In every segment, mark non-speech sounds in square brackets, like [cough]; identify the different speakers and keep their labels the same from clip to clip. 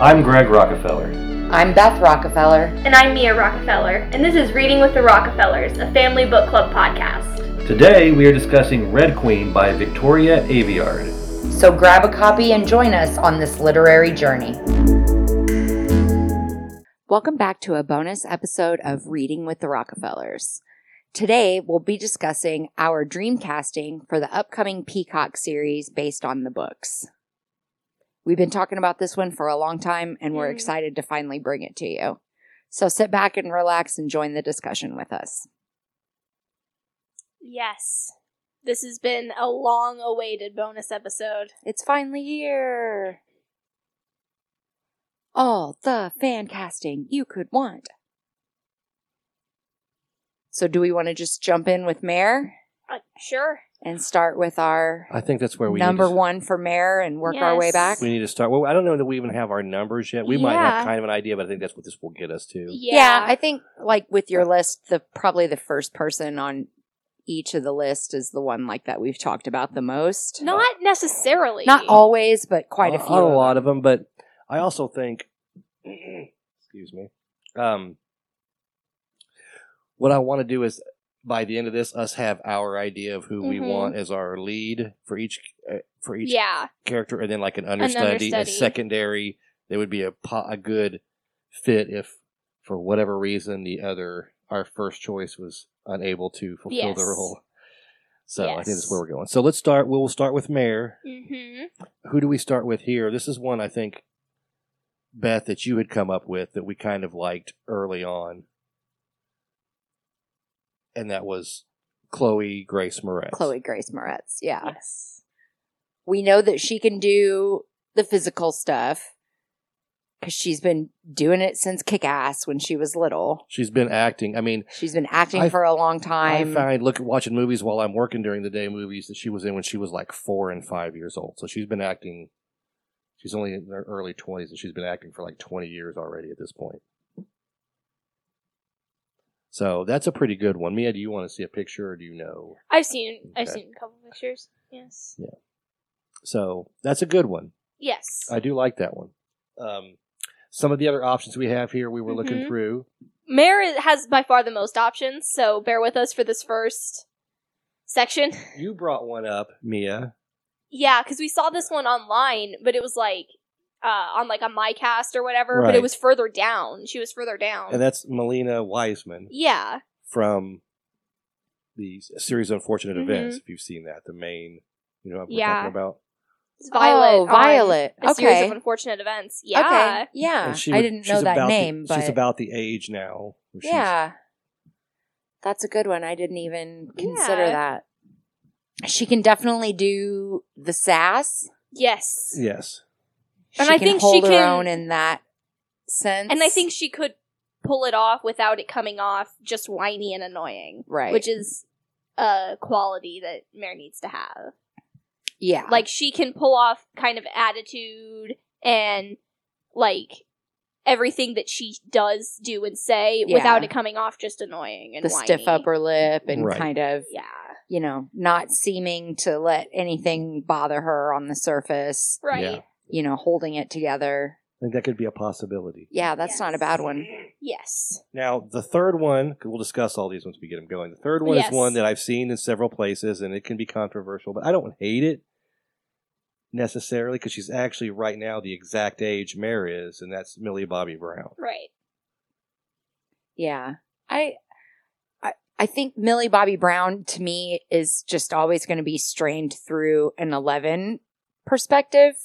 Speaker 1: I'm Greg Rockefeller.
Speaker 2: I'm Beth Rockefeller.
Speaker 3: And I'm Mia Rockefeller, and this is Reading with the Rockefellers, a family book club podcast.
Speaker 1: Today we are discussing Red Queen by Victoria Aveyard.
Speaker 2: So grab a copy and join us on this literary journey. Welcome back to a bonus episode of Reading with the Rockefellers. Today we'll be discussing our dream casting for the upcoming Peacock series based on the books. We've been talking about this one for a long time and we're
Speaker 3: Mhm.
Speaker 2: excited to finally bring it to you. So sit back and relax and join the discussion with us.
Speaker 3: Yes. This has been a long awaited bonus episode.
Speaker 2: It's finally here. All the fan casting you could want. So, do we want to just jump in with Mare
Speaker 3: Uh, sure.
Speaker 2: and start with our
Speaker 4: I think that's where we
Speaker 2: number
Speaker 4: need to,
Speaker 2: one for Mare and work our way
Speaker 3: Yes.
Speaker 2: back?
Speaker 4: We need to start. Well, I don't know that we even have our numbers yet. We might
Speaker 3: Yeah.
Speaker 4: have kind of an idea, but I think that's what this will get us to.
Speaker 2: yeah. I think like with your list, the probably the first person on each of the list is the one like that we've talked about the most.
Speaker 3: Not necessarily.
Speaker 2: Not always, but quite a few.
Speaker 4: On a lot of them, but I also think, [clears throat] excuse me, um, what I want to do is by the end of this, us have our idea of who we
Speaker 2: Mm-hmm.
Speaker 3: Mhm.
Speaker 4: want as our lead for each uh, for each
Speaker 3: Yeah.
Speaker 4: character, and then like an understudy, a
Speaker 3: understudy.
Speaker 4: secondary. There would be a po- a good fit if, for whatever reason, the other our first choice was unable to fulfill the
Speaker 3: Yes.
Speaker 4: role. So I think
Speaker 3: Yes.
Speaker 4: that's where we're going. So let's start. We'll start with Mayor.
Speaker 3: Mm-hmm.
Speaker 4: Who do we start with here? This is one I think, Beth, that you had come up with that we kind of liked early on, and that was Chloe Grace Moretz.
Speaker 2: Chloe Grace Moretz. Yeah.
Speaker 3: Yes.
Speaker 2: We know that she can do the physical stuff because she's been doing it since Kick Ass when she was little.
Speaker 4: She's been acting. I mean,
Speaker 2: She's been acting
Speaker 4: I-
Speaker 2: for a long
Speaker 4: i
Speaker 2: time.
Speaker 4: find look watching movies while I'm working during the day. Movies that she was in when she was like four and five years old. So she's been acting. She's only in her early twenties, and she's been acting for like twenty years already at this point. So that's a pretty good one. Mia, do you want to see a picture, or do you know?
Speaker 3: I've seen I've
Speaker 4: Okay.
Speaker 3: seen a couple pictures. Yes.
Speaker 2: Mm-hmm.
Speaker 4: So that's a good one.
Speaker 3: Yes.
Speaker 4: I do like that one. Um, some of the other options we have here, we were looking
Speaker 3: Mhm.
Speaker 4: through.
Speaker 3: Mare is- has by far the most options, so bear with us for this first section.
Speaker 4: You brought one up, Mia.
Speaker 3: Yeah, because we saw this one online, but it was like uh, on like a MyCast or whatever. But
Speaker 4: Right.
Speaker 3: it was further down. She was further down.
Speaker 4: And that's Melina Wiseman.
Speaker 3: yeah,
Speaker 4: from the
Speaker 2: Mm-hmm.
Speaker 4: s- series of unfortunate
Speaker 3: Mhm.
Speaker 4: events. If you've seen that, the main, you know, what we're
Speaker 3: Yeah.
Speaker 4: talking about.
Speaker 3: it's Violet.
Speaker 2: Oh,
Speaker 3: on
Speaker 2: Violet.
Speaker 3: A series
Speaker 2: Okay.
Speaker 3: of unfortunate events.
Speaker 2: Okay.
Speaker 3: Yeah.
Speaker 2: Yeah.
Speaker 4: And she
Speaker 2: Uh, I
Speaker 4: would-
Speaker 2: didn't
Speaker 4: she's
Speaker 2: know that
Speaker 4: about the-
Speaker 2: name, but
Speaker 4: she's about the age now. where she's-
Speaker 2: yeah. That's a good one. I didn't even consider that. She can definitely do the sass.
Speaker 3: Yes.
Speaker 4: Yes.
Speaker 3: And
Speaker 2: she
Speaker 3: I
Speaker 2: can
Speaker 3: think she
Speaker 2: hold her
Speaker 3: can-
Speaker 2: own in that sense.
Speaker 3: And I think she could pull it off without it coming off just whiny and annoying,
Speaker 2: right,
Speaker 3: which is a quality that Mare needs to have.
Speaker 2: yeah,
Speaker 3: like she can pull off kind of attitude and like everything that she does do and say
Speaker 2: Yeah.
Speaker 3: without it coming off just annoying and
Speaker 2: the
Speaker 3: whiny.
Speaker 2: stiff upper lip and
Speaker 4: Right.
Speaker 2: kind of
Speaker 3: yeah
Speaker 2: you know, not seeming to let anything bother her on the surface,
Speaker 3: right
Speaker 4: Yeah.
Speaker 2: you know, holding it together.
Speaker 4: I think that could be a possibility.
Speaker 2: Yeah, that's not a bad one.
Speaker 3: yes
Speaker 4: Now, the third one, 'cause we'll discuss all these once we get them going. The third one
Speaker 3: Yes.
Speaker 4: is one that I've seen in several places, and it can be controversial, but I don't hate it necessarily because she's actually right now the exact age Mare is, and that's Millie Bobby Brown.
Speaker 3: right
Speaker 2: Yeah. I I I think Millie Bobby Brown to me is just always going to be strained through an 11 perspective.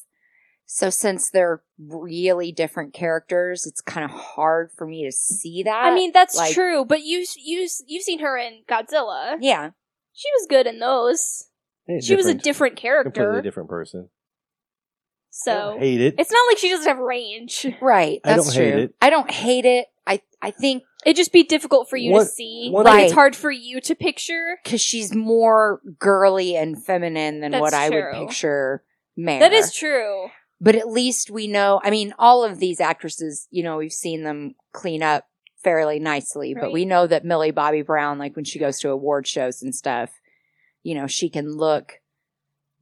Speaker 2: So since they're really different characters, it's kind of hard for me to see that.
Speaker 3: i mean that's
Speaker 2: Uh, like-
Speaker 3: true but you you you've seen her in godzilla
Speaker 2: yeah.
Speaker 3: she was good in those
Speaker 4: Eh,
Speaker 3: she was a
Speaker 4: different-
Speaker 3: different character
Speaker 4: completely different person. I don't
Speaker 2: Oh.
Speaker 3: so
Speaker 4: hate it.
Speaker 3: it's not like she doesn't have range
Speaker 2: Right.
Speaker 4: I don't
Speaker 2: That's
Speaker 4: hate
Speaker 2: true.
Speaker 4: it.
Speaker 2: I don't hate it. I I think
Speaker 3: it'd just be difficult for you to
Speaker 4: What-
Speaker 3: see
Speaker 4: what-
Speaker 3: like
Speaker 2: Right.
Speaker 3: it's hard for you to picture
Speaker 2: because she's more girly and feminine than what
Speaker 3: That's
Speaker 2: I
Speaker 3: true.
Speaker 2: would picture Mare.
Speaker 3: that is true
Speaker 2: but at least we know. I mean, all of these actresses, you know, we've seen them clean up fairly nicely, but
Speaker 3: Right.
Speaker 2: we know that Millie Bobby Brown, like when she goes to award shows and stuff, you know, she can look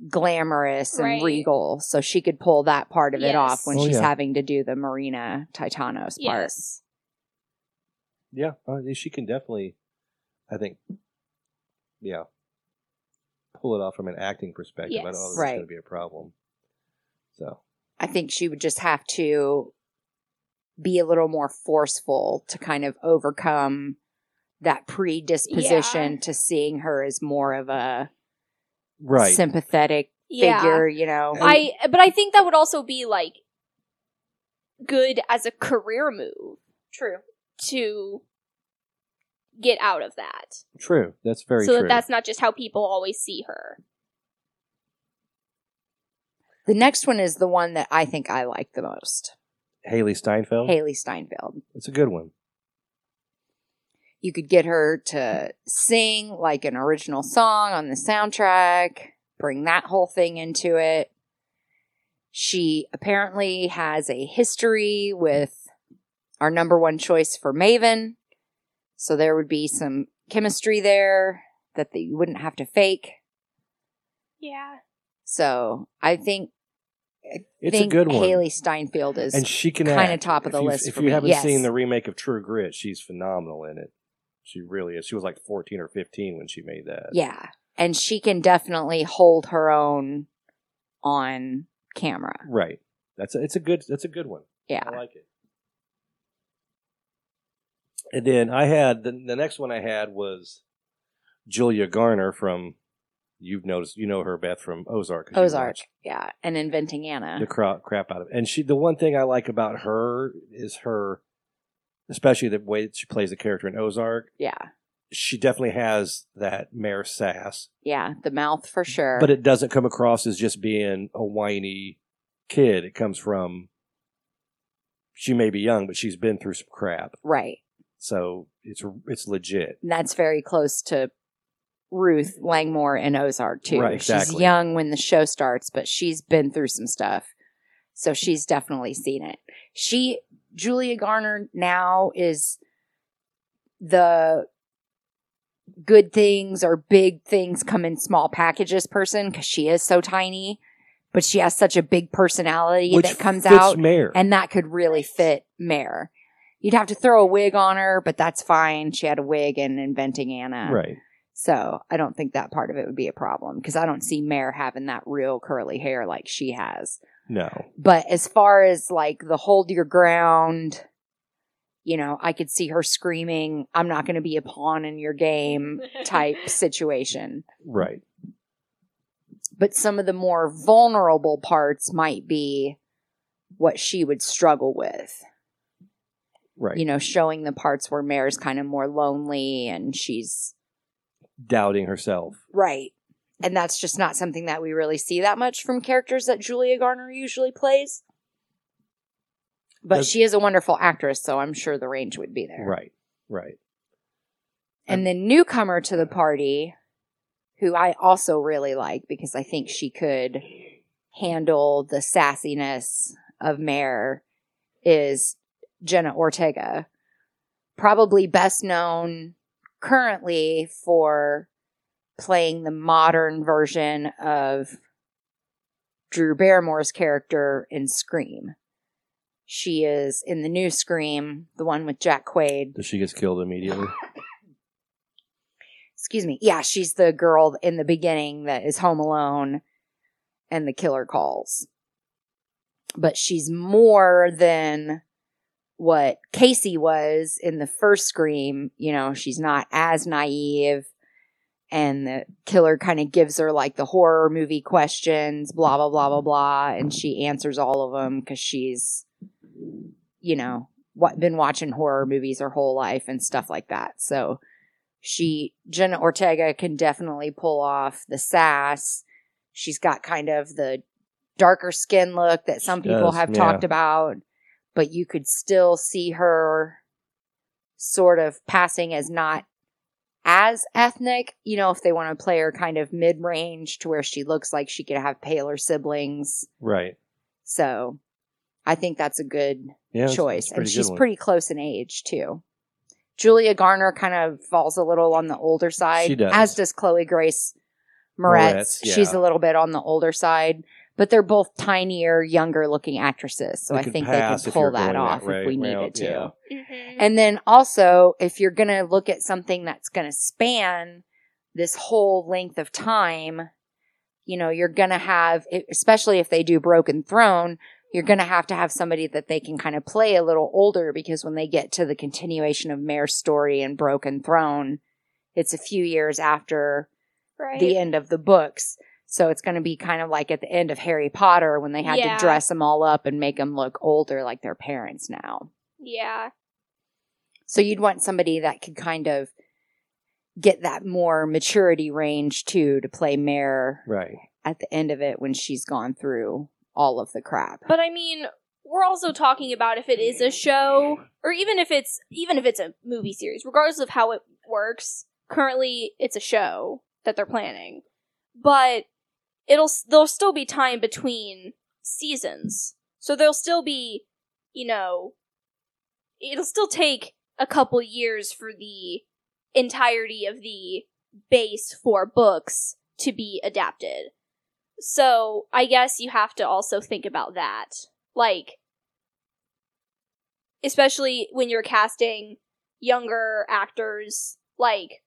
Speaker 2: glamorous and
Speaker 3: Right.
Speaker 2: regal, so she could pull that part of it off
Speaker 3: Yes.
Speaker 2: when
Speaker 4: Oh,
Speaker 2: she's
Speaker 4: yeah.
Speaker 2: having to do the Marina Titanos part.
Speaker 3: Yes.
Speaker 4: Yeah, uh, she can definitely, I think, yeah, pull it off from an acting perspective. I don't know
Speaker 3: Yes.
Speaker 4: if that's
Speaker 2: Right.
Speaker 4: going to be a problem. So,
Speaker 2: I think she would just have to be a little more forceful to kind of overcome that predisposition to seeing her as more of a
Speaker 4: right.
Speaker 2: sympathetic
Speaker 3: Yeah.
Speaker 2: figure, you know.
Speaker 3: I but I think that would also be like good as a career move
Speaker 2: true.
Speaker 3: to get out of that.
Speaker 4: True. That's very
Speaker 3: so
Speaker 4: true.
Speaker 3: that that's not just how people always see her.
Speaker 2: The next one is the one that I think I like the most.
Speaker 4: Haley Steinfeld.
Speaker 2: Haley Steinfeld.
Speaker 4: It's a good one.
Speaker 2: You could get her to sing like an original song on the soundtrack, bring that whole thing into it. She apparently has a history with our number one choice for Maven. So there would be some chemistry there that they, you wouldn't have to fake.
Speaker 3: Yeah.
Speaker 2: So I think,
Speaker 4: It's
Speaker 2: think
Speaker 4: a good one.
Speaker 2: Haley Steinfeld is
Speaker 4: and she can
Speaker 2: kinda
Speaker 4: act.
Speaker 2: top of the
Speaker 4: If you-
Speaker 2: list
Speaker 4: If
Speaker 2: for
Speaker 4: you
Speaker 2: me,
Speaker 4: haven't
Speaker 2: yes.
Speaker 4: seen the remake of True Grit, she's phenomenal in it. She really is. She was like 14 or 15 when she made that.
Speaker 2: Yeah. And she can definitely hold her own on camera.
Speaker 4: Right. That's a, it's a good that's a good one.
Speaker 2: Yeah.
Speaker 4: I like it. And then I had the, the next one I had was Julia Garner from you've noticed you know her Beth from Ozark. 'cause you
Speaker 2: Ozark.
Speaker 4: watched
Speaker 2: Yeah. And inventing Anna.
Speaker 4: The crap, crap out of And she the one thing I like about her is her especially the way that she plays the character in Ozark.
Speaker 2: yeah.
Speaker 4: She definitely has that mare sass,
Speaker 2: Yeah. The mouth for sure.
Speaker 4: but it doesn't come across as just being a whiny kid. It comes from she may be young, but she's been through some crap.
Speaker 2: right.
Speaker 4: so it's it's legit.
Speaker 2: And that's very close to Ruth Langmore in Ozark, too.
Speaker 4: Right,
Speaker 2: She's
Speaker 4: exactly.
Speaker 2: young when the show starts, but she's been through some stuff. So she's definitely seen it. She, Julia Garner, now is the good things or big things come in small packages person because she is so tiny, but she has such a big personality that comes
Speaker 4: fits
Speaker 2: out
Speaker 4: Mare.
Speaker 2: and that could really fit Mare. You'd have to throw a wig on her, but that's fine. She had a wig in inventing Anna.
Speaker 4: right.
Speaker 2: So I don't think that part of it would be a problem because I don't see Mare having that real curly hair like she has.
Speaker 4: No,
Speaker 2: But as far as like the hold your ground, you know, I could see her screaming, I'm not going to be a pawn in your game type situation.
Speaker 4: right.
Speaker 2: But some of the more vulnerable parts might be what she would struggle with.
Speaker 4: Right.
Speaker 2: you know, showing the parts where Mare's kind of more lonely and she's
Speaker 4: Doubting herself.
Speaker 2: right. And that's just not something that we really see that much from characters that Julia Garner usually plays. But
Speaker 4: Does-
Speaker 2: she is a wonderful actress, so I'm sure the range would be there.
Speaker 4: Right. Right.
Speaker 2: And the newcomer to the party, who I also really like because I think she could handle the sassiness of Mare, is Jenna Ortega. Probably best known currently for playing the modern version of Drew Barrymore's character in Scream. She is in the new Scream, the one with Jack Quaid
Speaker 4: Does she gets killed immediately?
Speaker 2: excuse me yeah she's the girl in the beginning that is home alone and the killer calls but she's more than what casey was in the first scream you know she's not as naive and the killer kind of gives her like the horror movie questions blah blah blah blah blah and she answers all of them because she's you know what been watching horror movies her whole life and stuff like that so she Jenna Ortega can definitely pull off the sass. She's got kind of the darker skin look that some
Speaker 4: She
Speaker 2: people
Speaker 4: does,
Speaker 2: have
Speaker 4: yeah.
Speaker 2: talked about, but you could still see her sort of passing as not as ethnic, you know, if they want to play her kind of mid range to where she looks like she could have paler siblings.
Speaker 4: right.
Speaker 2: So I think that's a good
Speaker 4: Yeah. that's-
Speaker 2: choice.
Speaker 4: that's a
Speaker 2: And
Speaker 4: good
Speaker 2: she's
Speaker 4: one.
Speaker 2: pretty close in age, too. Julia Garner kind of falls a little on the older side,
Speaker 4: She does.
Speaker 2: as does Chloe Grace Moretz.
Speaker 4: Moretz, yeah.
Speaker 2: She's a little bit on the older side, but they're both tinier, younger looking actresses. So
Speaker 4: We
Speaker 2: I
Speaker 4: could
Speaker 2: think
Speaker 4: pass
Speaker 2: they
Speaker 4: if
Speaker 2: could pull
Speaker 4: you're going
Speaker 2: that
Speaker 4: that
Speaker 2: off if
Speaker 4: route.
Speaker 2: we
Speaker 4: Well,
Speaker 2: needed to.
Speaker 4: yeah.
Speaker 3: Mhm.
Speaker 2: And then also, if you're going to look at something that's going to span this whole length of time, you know, you're going to have, e, especially if they do Broken Throne, you're going to have to have somebody that they can kind of play a little older because when they get to the continuation of Mare's story and Broken Throne, it's a few years after
Speaker 3: right.
Speaker 2: the end of the books. So it's going to be kind of like at the end of Harry Potter when they had
Speaker 3: Yeah.
Speaker 2: to dress them all up and make them look older like their parents now.
Speaker 3: yeah.
Speaker 2: So you'd want somebody that could kind of get that more maturity range too to play Mare
Speaker 4: Right.
Speaker 2: at the end of it when she's gone through all of the crap.
Speaker 3: But I mean, we're also talking about if it is a show or even if it's even if it's a movie series, regardless of how it works. Currently, it's a show that they're planning. But it'll s- there'll still be time between seasons. So there'll still be, you know, it'll still take a couple years for the entirety of the base for books to be adapted. So I guess you have to also think about that. Like, especially when you're casting younger actors, like,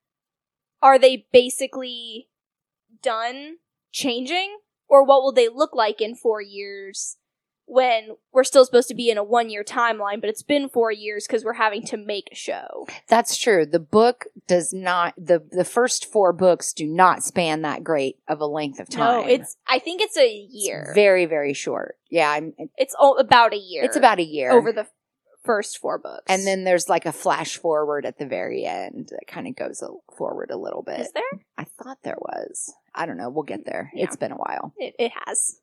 Speaker 3: are they basically done changing? Or what will they look like in four years when we're still supposed to be in a one year timeline, but it's been four years because we're having to make a show?
Speaker 2: That's true. The book does not the the first four books do not span that great of a length of time.
Speaker 3: No, it's, I think it's a
Speaker 2: It's
Speaker 3: year. It's,
Speaker 2: very very short. Yeah, I'm,
Speaker 3: all about a year.
Speaker 2: it's about a year
Speaker 3: over the first four books.
Speaker 2: and then there's like a flash forward at the very end that kind of goes a, forward a little bit.
Speaker 3: is there?
Speaker 2: I thought there was. I don't know. We'll get there.
Speaker 3: Yeah.
Speaker 2: It's been a while.
Speaker 3: It, it has.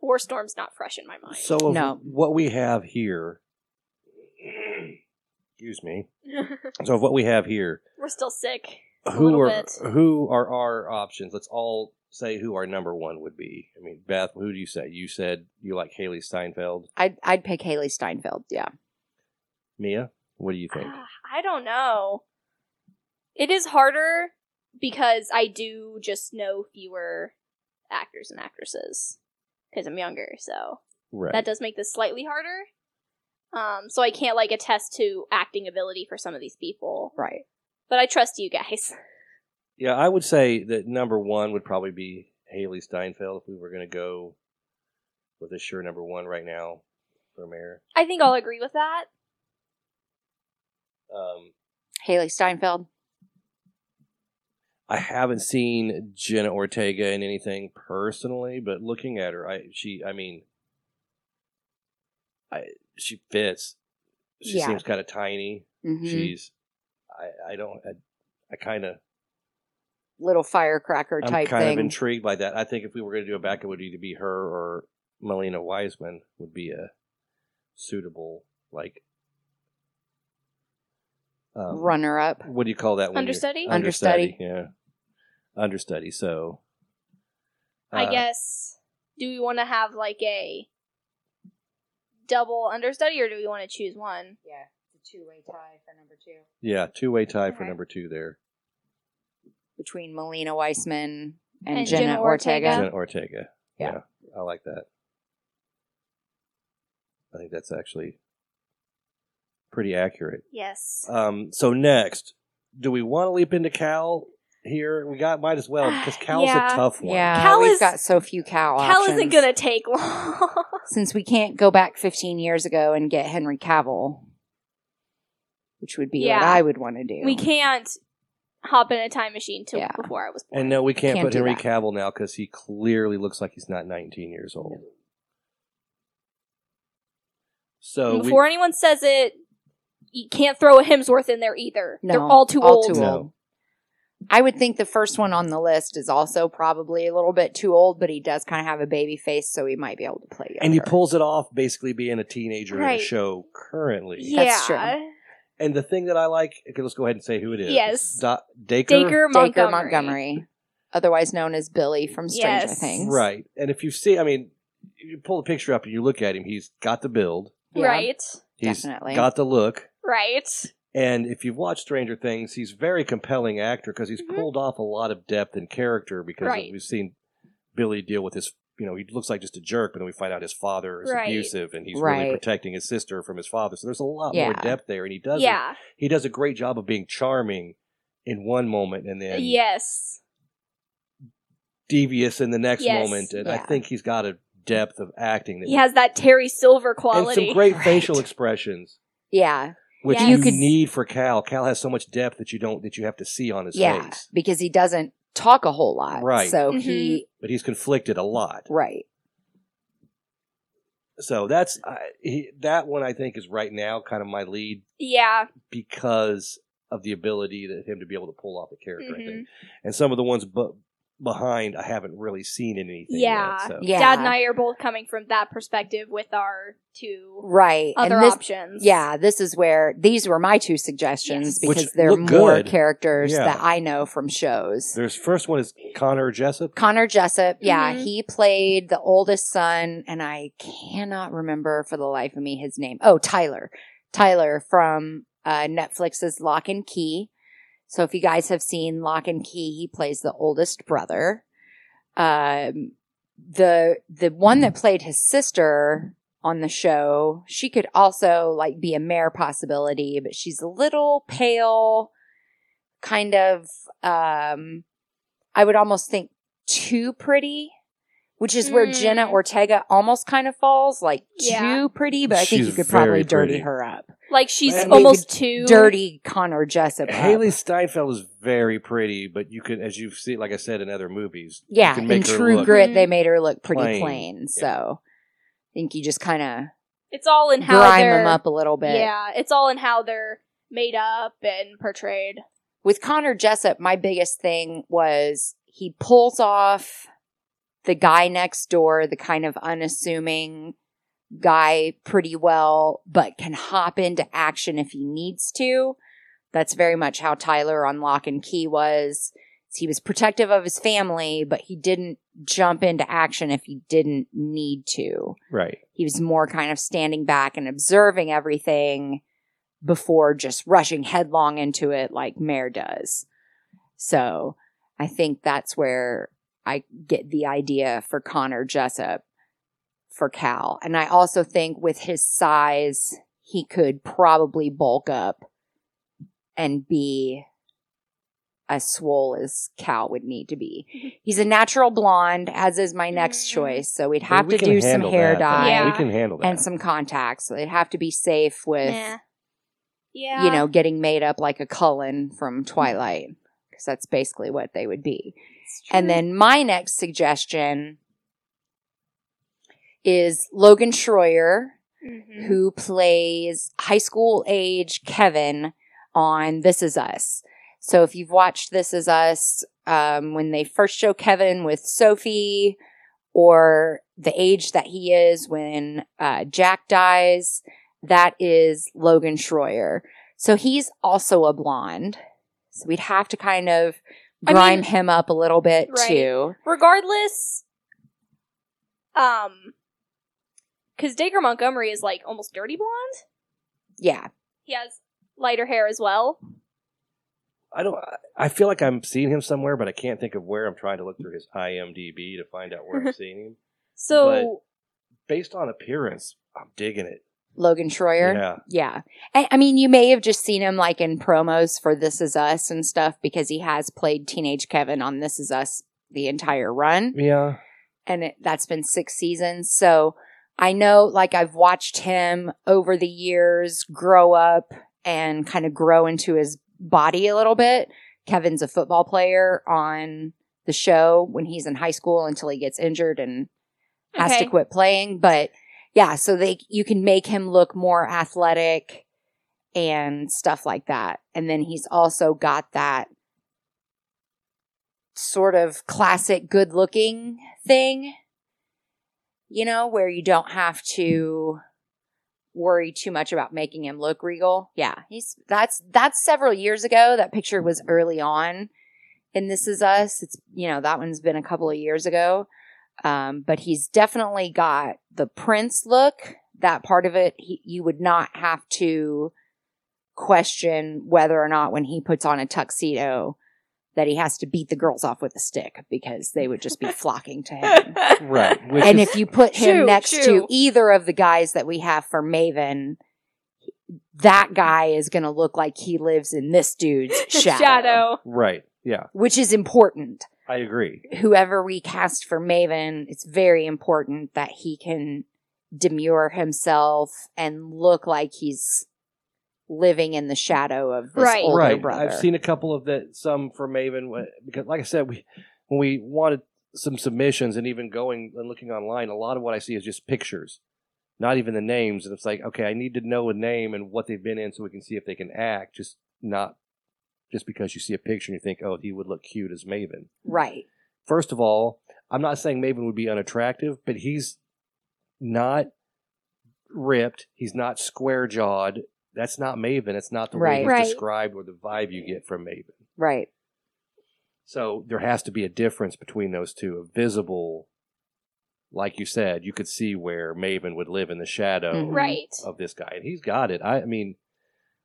Speaker 3: War Storm's not fresh in my mind.
Speaker 4: So of
Speaker 2: No.
Speaker 4: what we have here, [clears throat] excuse me. So of what we have here,
Speaker 3: [laughs] We're still sick. A
Speaker 4: who
Speaker 3: little
Speaker 4: are
Speaker 3: bit.
Speaker 4: who are our options? Let's all say who our number one would be. I mean, Beth, who do you say? You said you like Haley Steinfeld.
Speaker 2: I'd I'd pick Haley Steinfeld. Yeah,
Speaker 4: Mia, what do you
Speaker 3: [sighs]
Speaker 4: think?
Speaker 3: Ah, I don't know. It is harder because I do just know fewer actors and actresses because I'm younger, so
Speaker 4: right.
Speaker 3: that does make this slightly harder. Um, so I can't like attest to acting ability for some of these people,
Speaker 2: right.
Speaker 3: but I trust you guys. [laughs]
Speaker 4: Yeah, I would say that number one would probably be Haley Steinfeld if we were going to go with a sure number one right now for mayor.
Speaker 3: I think I'll agree with that.
Speaker 4: Um,
Speaker 2: Haley Steinfeld.
Speaker 4: I haven't seen Jenna Ortega in anything personally, but looking at her, I she, I mean, I she fits. She
Speaker 2: Yeah.
Speaker 4: seems kind of tiny.
Speaker 2: hmm
Speaker 4: She's, I, I don't, I, I kind of,
Speaker 2: Little firecracker
Speaker 4: I'm
Speaker 2: type
Speaker 4: kind of
Speaker 2: thing.
Speaker 4: intrigued by that. I think if we were going to do a back, it would either be her or Melina Wiseman would be a suitable like um,
Speaker 2: Runner up.
Speaker 4: What do you call that? when you're-
Speaker 3: Understudy?
Speaker 2: Understudy.
Speaker 4: Yeah, understudy. So
Speaker 3: I
Speaker 4: uh,
Speaker 3: guess. Do we want to have like a double understudy, or do we want to choose one?
Speaker 2: Yeah, it's a two way tie for number two
Speaker 4: Yeah, two way tie for
Speaker 3: Okay.
Speaker 4: number two there.
Speaker 2: between Melina Weissman and,
Speaker 3: And
Speaker 2: Jenna,
Speaker 3: Jenna
Speaker 2: Ortega.
Speaker 3: Yeah.
Speaker 4: Jenna Ortega.
Speaker 2: Yeah.
Speaker 4: I like that. I think that's actually pretty accurate.
Speaker 3: Yes.
Speaker 4: Um, so next, do we want to leap into Cal here? We got might as well
Speaker 3: [sighs]
Speaker 4: because Cal's
Speaker 3: Yeah.
Speaker 4: a tough one.
Speaker 2: Yeah,
Speaker 3: Cal
Speaker 2: we've
Speaker 3: is-
Speaker 2: got so few Cal.
Speaker 3: Cal isn't
Speaker 2: Uh, options.
Speaker 3: gonna take long.
Speaker 2: since we can't go back 15 years ago and get Henry Cavill, which would be what
Speaker 3: Yeah.
Speaker 2: I would want to do.
Speaker 3: we can't hop in a time machine till
Speaker 2: Yeah.
Speaker 3: before I was born.
Speaker 4: And no, we can't,
Speaker 2: Can't
Speaker 4: put
Speaker 2: do
Speaker 4: Henry
Speaker 2: that.
Speaker 4: Cavill now because he clearly looks like he's not 19 years old. So
Speaker 3: And before anyone says it, you can't throw a Hemsworth in there either. They're all too old.
Speaker 2: Too
Speaker 4: No.
Speaker 2: old. I would think the first one on the list is also probably a little bit too old, but he does kind of have a baby face, so he might be able to play. Younger.
Speaker 4: we, and he pulls it off, basically being a teenager in
Speaker 3: Right.
Speaker 4: the show currently.
Speaker 3: Yeah.
Speaker 2: That's true.
Speaker 4: And the thing that I like, okay, let's go ahead and say who it is.
Speaker 3: Yes.
Speaker 4: It's Da- Dacre.
Speaker 3: Dacre Montgomery.
Speaker 2: Dacre Montgomery, otherwise known as Billy from Stranger
Speaker 3: Yes.
Speaker 2: Things.
Speaker 4: Right. And if you see, I mean, you pull the picture up and you look at him, he's got the build,
Speaker 2: Yeah.
Speaker 3: Right.
Speaker 4: He's
Speaker 2: Definitely.
Speaker 4: got the look,
Speaker 3: Right.
Speaker 4: And if you've watched Stranger Things, he's a very compelling actor because he's
Speaker 3: Mhm.
Speaker 4: pulled off a lot of depth and character because
Speaker 3: Right.
Speaker 4: we've seen Billy deal with his, you know, he looks like just a jerk, but then we find out his father is
Speaker 3: Right.
Speaker 4: abusive and he's
Speaker 2: Right.
Speaker 4: really protecting his sister from his father. So there's a lot more
Speaker 2: Yeah.
Speaker 4: depth there, and he does
Speaker 3: yeah.
Speaker 4: he does a great job of being charming in one moment and then
Speaker 3: yes.
Speaker 4: devious in the next
Speaker 3: Yes.
Speaker 4: moment. And I
Speaker 2: Yeah.
Speaker 4: think he's got a depth of acting that
Speaker 3: He has that Terry Silver
Speaker 4: and
Speaker 3: quality.
Speaker 4: some great
Speaker 2: Right.
Speaker 4: facial expressions,
Speaker 2: Yeah.
Speaker 4: which
Speaker 3: Yes.
Speaker 4: you
Speaker 2: You could-
Speaker 4: need for Cal. Cal has so much depth that you don't that you have to see on his
Speaker 2: Yeah.
Speaker 4: face,
Speaker 2: Because he doesn't talk a whole lot.
Speaker 4: Right.
Speaker 2: So
Speaker 3: Mhm.
Speaker 2: he,
Speaker 4: but he's conflicted a lot.
Speaker 2: right.
Speaker 4: So that's I he, that one I think is right now kind of my lead
Speaker 3: yeah.
Speaker 4: because of the ability that him to be able to pull off the character. I
Speaker 3: Mhm.
Speaker 4: think,
Speaker 2: Mm-hmm.
Speaker 4: and some of the ones bu- behind I haven't really seen in anything.
Speaker 3: Yeah.
Speaker 4: yet, so.
Speaker 2: Yeah.
Speaker 3: Dad and I are both coming from that perspective with our two
Speaker 2: Right.
Speaker 3: other
Speaker 2: and this,
Speaker 3: options.
Speaker 2: yeah, this is where these were my two suggestions
Speaker 3: Yes.
Speaker 2: because
Speaker 4: Which
Speaker 2: they're
Speaker 4: look
Speaker 2: more
Speaker 4: good.
Speaker 2: characters
Speaker 4: Yeah.
Speaker 2: that I know from shows.
Speaker 4: There's first one is Connor Jessup.
Speaker 2: Connor Jessup, yeah,
Speaker 3: Mhm.
Speaker 2: he played the oldest son, and I cannot remember for the life of me his name. Oh, Tyler. Tyler from uh, Netflix's Lock and Key. So if you guys have seen Lock and Key, he plays the oldest brother. Um, the the one that played his sister on the show, she could also like be a mayor possibility, but she's a little pale, kind of um I would almost think too pretty, which is where
Speaker 3: Mm.
Speaker 2: Jenna Ortega almost kind of falls, like
Speaker 3: Yeah.
Speaker 2: too pretty, but I think
Speaker 4: She's
Speaker 2: you could
Speaker 4: very
Speaker 2: probably dirty
Speaker 4: pretty.
Speaker 2: her up.
Speaker 3: Like she's
Speaker 4: And
Speaker 3: almost too
Speaker 2: Dirty Connor Jessup. up.
Speaker 4: Haley Steinfeld is very pretty, but you can, as you've seen, like I said in other movies, you
Speaker 2: Yeah,
Speaker 4: can
Speaker 2: in
Speaker 4: her
Speaker 2: True
Speaker 4: look-
Speaker 2: Grit,
Speaker 3: Mm.
Speaker 2: they made her look pretty
Speaker 4: Plain.
Speaker 2: plain. So I think you just kind of
Speaker 3: It's all in how
Speaker 2: grime
Speaker 3: they're
Speaker 2: them up a little bit.
Speaker 3: Yeah, it's all in how they're made up and portrayed.
Speaker 2: With Connor Jessup, my biggest thing was he pulls off the guy next door, the kind of unassuming guy, pretty well, but can hop into action if he needs to. That's very much how Tyler on Lock and Key was. He was protective of his family, but he didn't jump into action if he didn't need to.
Speaker 4: right?
Speaker 2: he was more kind of standing back and observing everything before just rushing headlong into it like Mare does. So I think that's where I get the idea for Connor Jessup for Cal. And I also think with his size, he could probably bulk up and be as swole as Cal would need to be. He's a natural blonde, as is my next
Speaker 3: Mm.
Speaker 2: choice. So we'd
Speaker 4: I mean,
Speaker 2: have
Speaker 4: we
Speaker 2: to
Speaker 4: can
Speaker 2: do some
Speaker 4: handle
Speaker 2: hair
Speaker 4: that,
Speaker 2: dye
Speaker 4: though.
Speaker 3: Yeah.
Speaker 4: We can handle that.
Speaker 2: and some contacts. So they'd have to be safe with,
Speaker 3: Nah. Yeah.
Speaker 2: you know, getting made up like a Cullen from Twilight, because that's basically what they would be.
Speaker 3: It's
Speaker 2: And
Speaker 3: true.
Speaker 2: then my next suggestion is Logan Schroyer,
Speaker 3: Mhm.
Speaker 2: who plays high school age Kevin on This Is Us. So if you've watched This Is Us, um, when they first show Kevin with Sophie, or the age that he is when uh, Jack dies, that is Logan Schroyer. So he's also a blonde. So we'd have to kind of
Speaker 3: I mean-
Speaker 2: grime him up a little bit
Speaker 3: Right.
Speaker 2: too.
Speaker 3: regardless um because dacre montgomery is like almost dirty blonde
Speaker 2: Yeah.
Speaker 3: he has lighter hair as well
Speaker 4: I don't. I feel like I'm seeing him somewhere, but I can't think of where. I'm trying to look through his IMDb to find out
Speaker 2: [laughs]
Speaker 4: where I'm seeing him.
Speaker 3: so
Speaker 4: Based on appearance, I'm digging it.
Speaker 2: Logan Schroyer.
Speaker 4: Yeah,
Speaker 2: Yeah. I, I mean, you may have just seen him like in promos for This Is Us and stuff because he has played Teenage Kevin on This Is Us the entire run.
Speaker 4: yeah.
Speaker 2: And it, that's been six seasons. So I know like I've watched him over the years grow up and kind of grow into his body a little bit. Kevin's a football player on the show when he's in high school until he gets injured and has
Speaker 3: okay.
Speaker 2: to quit playing. But yeah, so they you can make him look more athletic and stuff like that. And then he's also got that sort of classic good looking thing, you know, where you don't have to worry too much about making him look regal. Yeah, he's that's that's several years ago. That picture was early on. And this is us. It's you know, that one's been a couple of years ago um, but he's definitely got the prince look. That part of it, he, you would not have to question whether or not when he puts on a tuxedo that he has to beat the girls off with a stick because they
Speaker 4: [laughs]
Speaker 2: would just be flocking to him.
Speaker 3: [laughs]
Speaker 2: [laughs]
Speaker 4: Right. Which
Speaker 2: and
Speaker 4: is-
Speaker 2: if you put him
Speaker 3: Shoo,
Speaker 2: next
Speaker 3: shoo.
Speaker 2: to either of the guys that we have for Maven, that guy is going to look like he lives in this dude's
Speaker 4: [laughs]
Speaker 2: shadow,
Speaker 3: Shadow.
Speaker 4: right. Yeah,
Speaker 2: which is important.
Speaker 4: I agree.
Speaker 2: Whoever we cast for Maven, it's very important that he can demure himself and look like he's living in the shadow of this
Speaker 3: Right.
Speaker 2: older
Speaker 4: right.
Speaker 2: brother.
Speaker 4: I've seen a couple of that. Some for Maven wh- because, like I said, we when we wanted some submissions and even going and looking online, a lot of what I see is just pictures, not even the names. And it's like, okay, I need to know a name and what they've been in so we can see if they can act. Just not just because you see a picture and you think, oh, he would look cute as Maven.
Speaker 2: right.
Speaker 4: First of all, I'm not saying Maven would be unattractive, but he's not ripped. He's not square jawed. That's not Maven. It's not the way
Speaker 2: Right.
Speaker 4: he's
Speaker 3: Right.
Speaker 4: described or the vibe you get from Maven.
Speaker 2: Right.
Speaker 4: So there has to be a difference between those two. A visible, like you said, you could see where Maven would live in the shadow
Speaker 2: Mhm.
Speaker 3: Right.
Speaker 4: of this guy, and he's got it. I, I mean,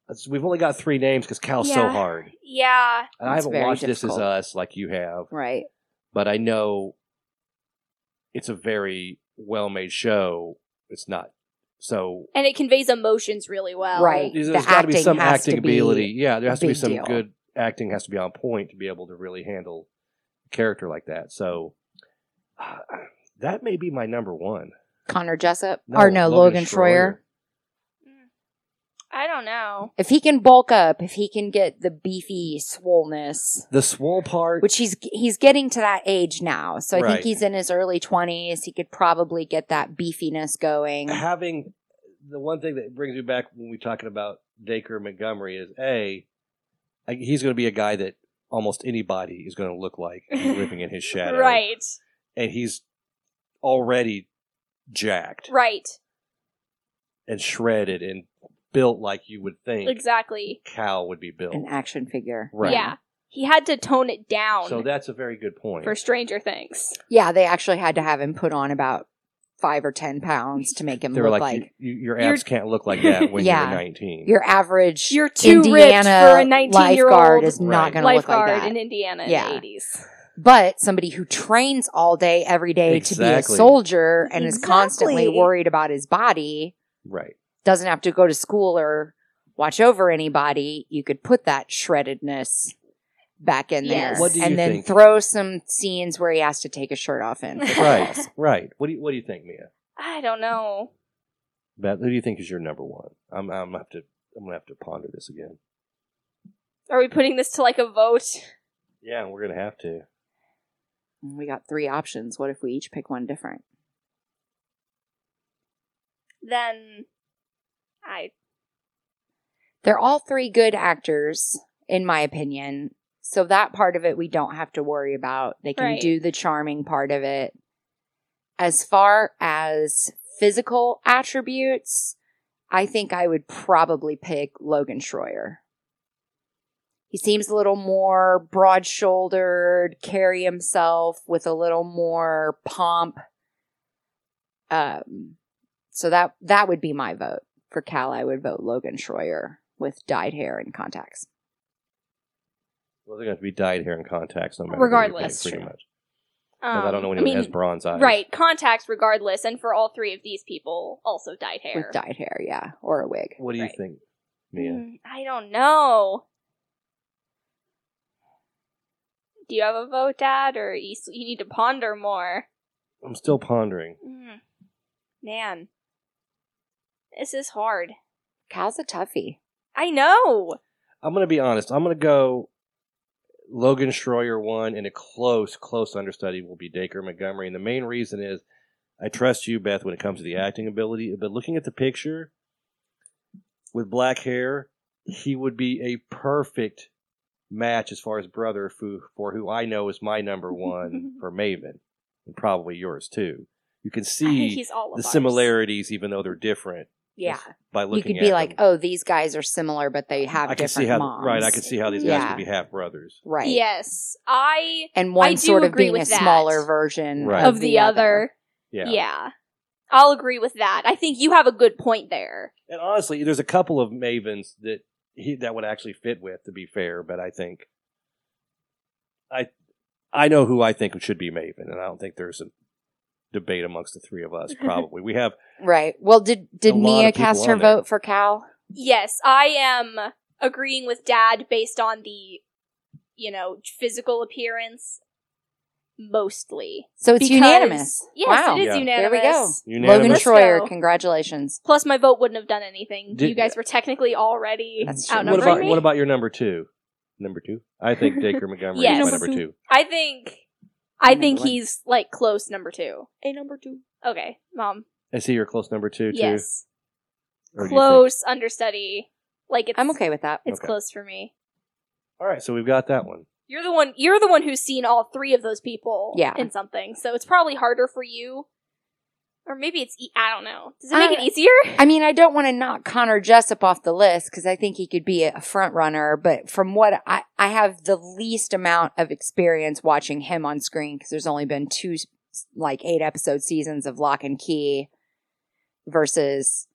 Speaker 4: it's- we've only got three names because Cal's so
Speaker 3: Yeah.
Speaker 4: hard,
Speaker 3: Yeah.
Speaker 4: and I
Speaker 2: It's
Speaker 4: haven't
Speaker 2: very
Speaker 4: watched This Is
Speaker 2: difficult.
Speaker 4: Us like you have
Speaker 2: Right.
Speaker 4: but I know it's a very well made show. It's not so.
Speaker 3: And it conveys emotions really well.
Speaker 2: Right.
Speaker 4: There's
Speaker 2: The
Speaker 4: got to be
Speaker 2: acting
Speaker 4: some
Speaker 2: has
Speaker 4: acting
Speaker 2: to be
Speaker 4: ability. Yeah, there has to be
Speaker 2: big
Speaker 4: some
Speaker 2: deal.
Speaker 4: good acting has to be on point to be able to really handle a character like that. So [sighs] uh, that may be my number one.
Speaker 2: Connor Jessup or no Logan, Troyer.
Speaker 3: I don't know.
Speaker 2: If he can bulk up, if he can get the beefy swollenness,
Speaker 4: The swole part.
Speaker 2: which he's he's getting to that age now, so I
Speaker 4: Right.
Speaker 2: think he's in his early twenties. He could probably get that beefiness going.
Speaker 4: having the one thing that brings me back when we're talking about Dacre Montgomery is a I- he's going to be a guy that almost anybody is going to look like
Speaker 3: [laughs]
Speaker 4: and living in his shadow,
Speaker 3: Right.
Speaker 4: And he's already jacked
Speaker 3: Right.
Speaker 4: and shredded and built like you would think
Speaker 3: Exactly.
Speaker 4: Cal would be built,
Speaker 2: An action figure,
Speaker 4: right?
Speaker 3: Yeah. He had to tone it down
Speaker 4: So that's a very good point.
Speaker 3: for Stranger Things.
Speaker 2: yeah. They actually had to have him put on about five or ten pounds to make him
Speaker 4: They were
Speaker 2: look
Speaker 4: like,
Speaker 2: like
Speaker 4: you, you- your
Speaker 3: You're-
Speaker 4: abs can't look
Speaker 2: [laughs]
Speaker 4: like that when
Speaker 2: Yeah.
Speaker 4: you're 19.
Speaker 2: your average
Speaker 3: You're too ripped for a
Speaker 2: Indiana
Speaker 3: 19 year
Speaker 2: lifeguard
Speaker 3: old
Speaker 2: is not
Speaker 4: Right.
Speaker 2: going to look
Speaker 3: lifeguard
Speaker 2: like that.
Speaker 3: in Indiana
Speaker 2: Yeah.
Speaker 3: in the 80s.
Speaker 2: but somebody who trains all day every day to be a
Speaker 4: Exactly.
Speaker 2: soldier and is constantly
Speaker 3: Exactly.
Speaker 2: worried about his body [laughs]
Speaker 4: right.
Speaker 2: doesn't have to go to school or watch over anybody you could put that shreddedness back in
Speaker 3: Yes.
Speaker 2: there
Speaker 3: What do
Speaker 4: you
Speaker 2: and then
Speaker 4: think?
Speaker 2: throw some scenes where he has to take his shirt off in [laughs]
Speaker 4: Right. right. What do you, what do you think, Mia?
Speaker 3: I don't know.
Speaker 4: Beth, who do you think is your number one? I'm, I'm gonna have to I'm gonna have to ponder this again.
Speaker 3: Are we putting this to like a vote?
Speaker 4: Yeah, we're gonna have to.
Speaker 2: we got three options what if we each pick one different
Speaker 3: Then I
Speaker 2: they're all three good actors in my opinion so that part of it we don't have to worry about they can
Speaker 3: Right.
Speaker 2: do the charming part of it as far as physical attributes i think i would probably pick logan schroyer he seems a little more broad-shouldered carry himself with a little more pomp um, so that that would be my vote for Cal. I would vote Logan Schroyer with dyed hair and contacts.
Speaker 4: Well, they're gonna have to be dyed hair and contacts, no matter. who you
Speaker 3: Regardless.
Speaker 4: pick, pretty
Speaker 2: That's
Speaker 4: much. 'Cause I don't know
Speaker 3: um,
Speaker 4: anyone has bronze eyes.
Speaker 3: Right, contacts regardless, and for all three of these people, also dyed hair.
Speaker 2: With dyed hair, yeah, or a wig.
Speaker 4: What do you
Speaker 3: Right.
Speaker 4: think, Mia?
Speaker 3: Mm, I don't know. Do you have a vote, Dad, or you s- you need to ponder more?
Speaker 4: I'm still pondering.
Speaker 3: Mm. Man, this is hard.
Speaker 2: Cal's a toughie.
Speaker 3: I know.
Speaker 4: I'm gonna be honest. I'm gonna go. Logan Schroyer one, and a close, close understudy will be Dacre Montgomery. And the main reason is, I trust you, Beth, when it comes to the acting ability. But looking at the picture, with black hair, he would be a perfect match as far as brother for, for who I know is my number one for Maven, and probably yours too. You can
Speaker 3: I think
Speaker 4: see
Speaker 3: he's all of
Speaker 4: the
Speaker 3: ours.
Speaker 4: similarities, even though they're different.
Speaker 2: Yeah,
Speaker 4: By
Speaker 2: you
Speaker 4: looking at
Speaker 2: could be like,
Speaker 4: them.
Speaker 2: oh, these guys are similar, but they have
Speaker 4: I can
Speaker 2: different
Speaker 4: see how
Speaker 2: moms.
Speaker 4: right. I can see how these guys
Speaker 2: Yeah.
Speaker 4: could be half brothers.
Speaker 2: right.
Speaker 3: Yes, I
Speaker 2: and
Speaker 3: I
Speaker 2: one
Speaker 3: do
Speaker 2: sort of
Speaker 3: agree
Speaker 2: being a
Speaker 3: with that.
Speaker 2: smaller version
Speaker 4: Right.
Speaker 3: of the other.
Speaker 4: Yeah.
Speaker 3: yeah, I'll agree with that. I think you have a good point there.
Speaker 4: And honestly, there's a couple of Mavens that he that would actually fit with. To be fair, but I think I I know who I think should be Maven, and I don't think there's a debate amongst the three of us. Probably we have
Speaker 2: Right. Well, did did
Speaker 4: A lot
Speaker 2: Mia
Speaker 4: of people
Speaker 2: cast her
Speaker 4: on there.
Speaker 2: vote for Cal?
Speaker 3: Yes, I am agreeing with Dad based on the, you know, physical appearance, mostly.
Speaker 2: So it's
Speaker 3: Because-
Speaker 2: unanimous.
Speaker 3: Yes,
Speaker 2: wow.
Speaker 3: it is
Speaker 4: Yeah.
Speaker 2: There
Speaker 3: unanimous.
Speaker 2: we go. Logan
Speaker 4: unanimous.
Speaker 3: Let's
Speaker 2: Troyer,
Speaker 3: go.
Speaker 2: congratulations.
Speaker 3: Plus, my vote wouldn't have done anything.
Speaker 4: Did-
Speaker 3: you guys were technically already
Speaker 2: That's true.
Speaker 4: What
Speaker 3: outnumbering
Speaker 4: about
Speaker 3: me.
Speaker 4: what about your number two? Number two, I think Dacre Montgomery
Speaker 3: Yes.
Speaker 4: is my number two.
Speaker 3: I think, I
Speaker 2: Number
Speaker 3: think
Speaker 2: one.
Speaker 3: he's like close number two. A number two. Okay, mom.
Speaker 4: Is he your close number two? Too?
Speaker 3: Yes,
Speaker 4: Or do you think-
Speaker 3: close understudy. Like it's,
Speaker 2: I'm okay with that.
Speaker 3: It's
Speaker 4: Okay.
Speaker 3: close for me.
Speaker 4: All right, so we've got that one.
Speaker 3: You're the one. You're the one who's seen all three of those people.
Speaker 2: Yeah.
Speaker 3: in something. So it's probably harder for you, or maybe it's. E- I don't know. Does it
Speaker 2: I-
Speaker 3: make it easier? [laughs]
Speaker 2: I mean, I don't want to knock Connor Jessup off the list because I think he could be a front runner, but from what I, I have the least amount of experience watching him on screen because there's only been two, like eight episode seasons of Lock and Key versus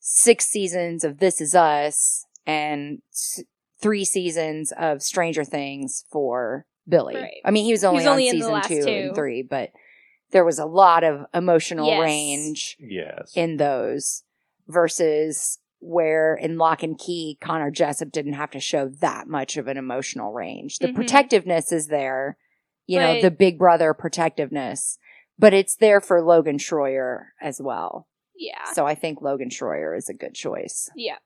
Speaker 2: six seasons of This Is Us and s- three seasons of Stranger Things for Billy.
Speaker 3: Right.
Speaker 2: I mean, he was only on
Speaker 3: only in the
Speaker 2: season
Speaker 3: last
Speaker 2: two,
Speaker 3: two.
Speaker 2: and three, but there was a lot of emotional
Speaker 3: Yes.
Speaker 2: range
Speaker 4: Yes.
Speaker 2: in those versus where in lock and key connor jessup didn't have to show that much of an emotional range the
Speaker 3: Mhm.
Speaker 2: protectiveness is there you know
Speaker 3: But-
Speaker 2: the big brother protectiveness but it's there for logan schroyer as well
Speaker 3: Yeah.
Speaker 2: so i think logan schroyer is a good choice
Speaker 3: Yeah.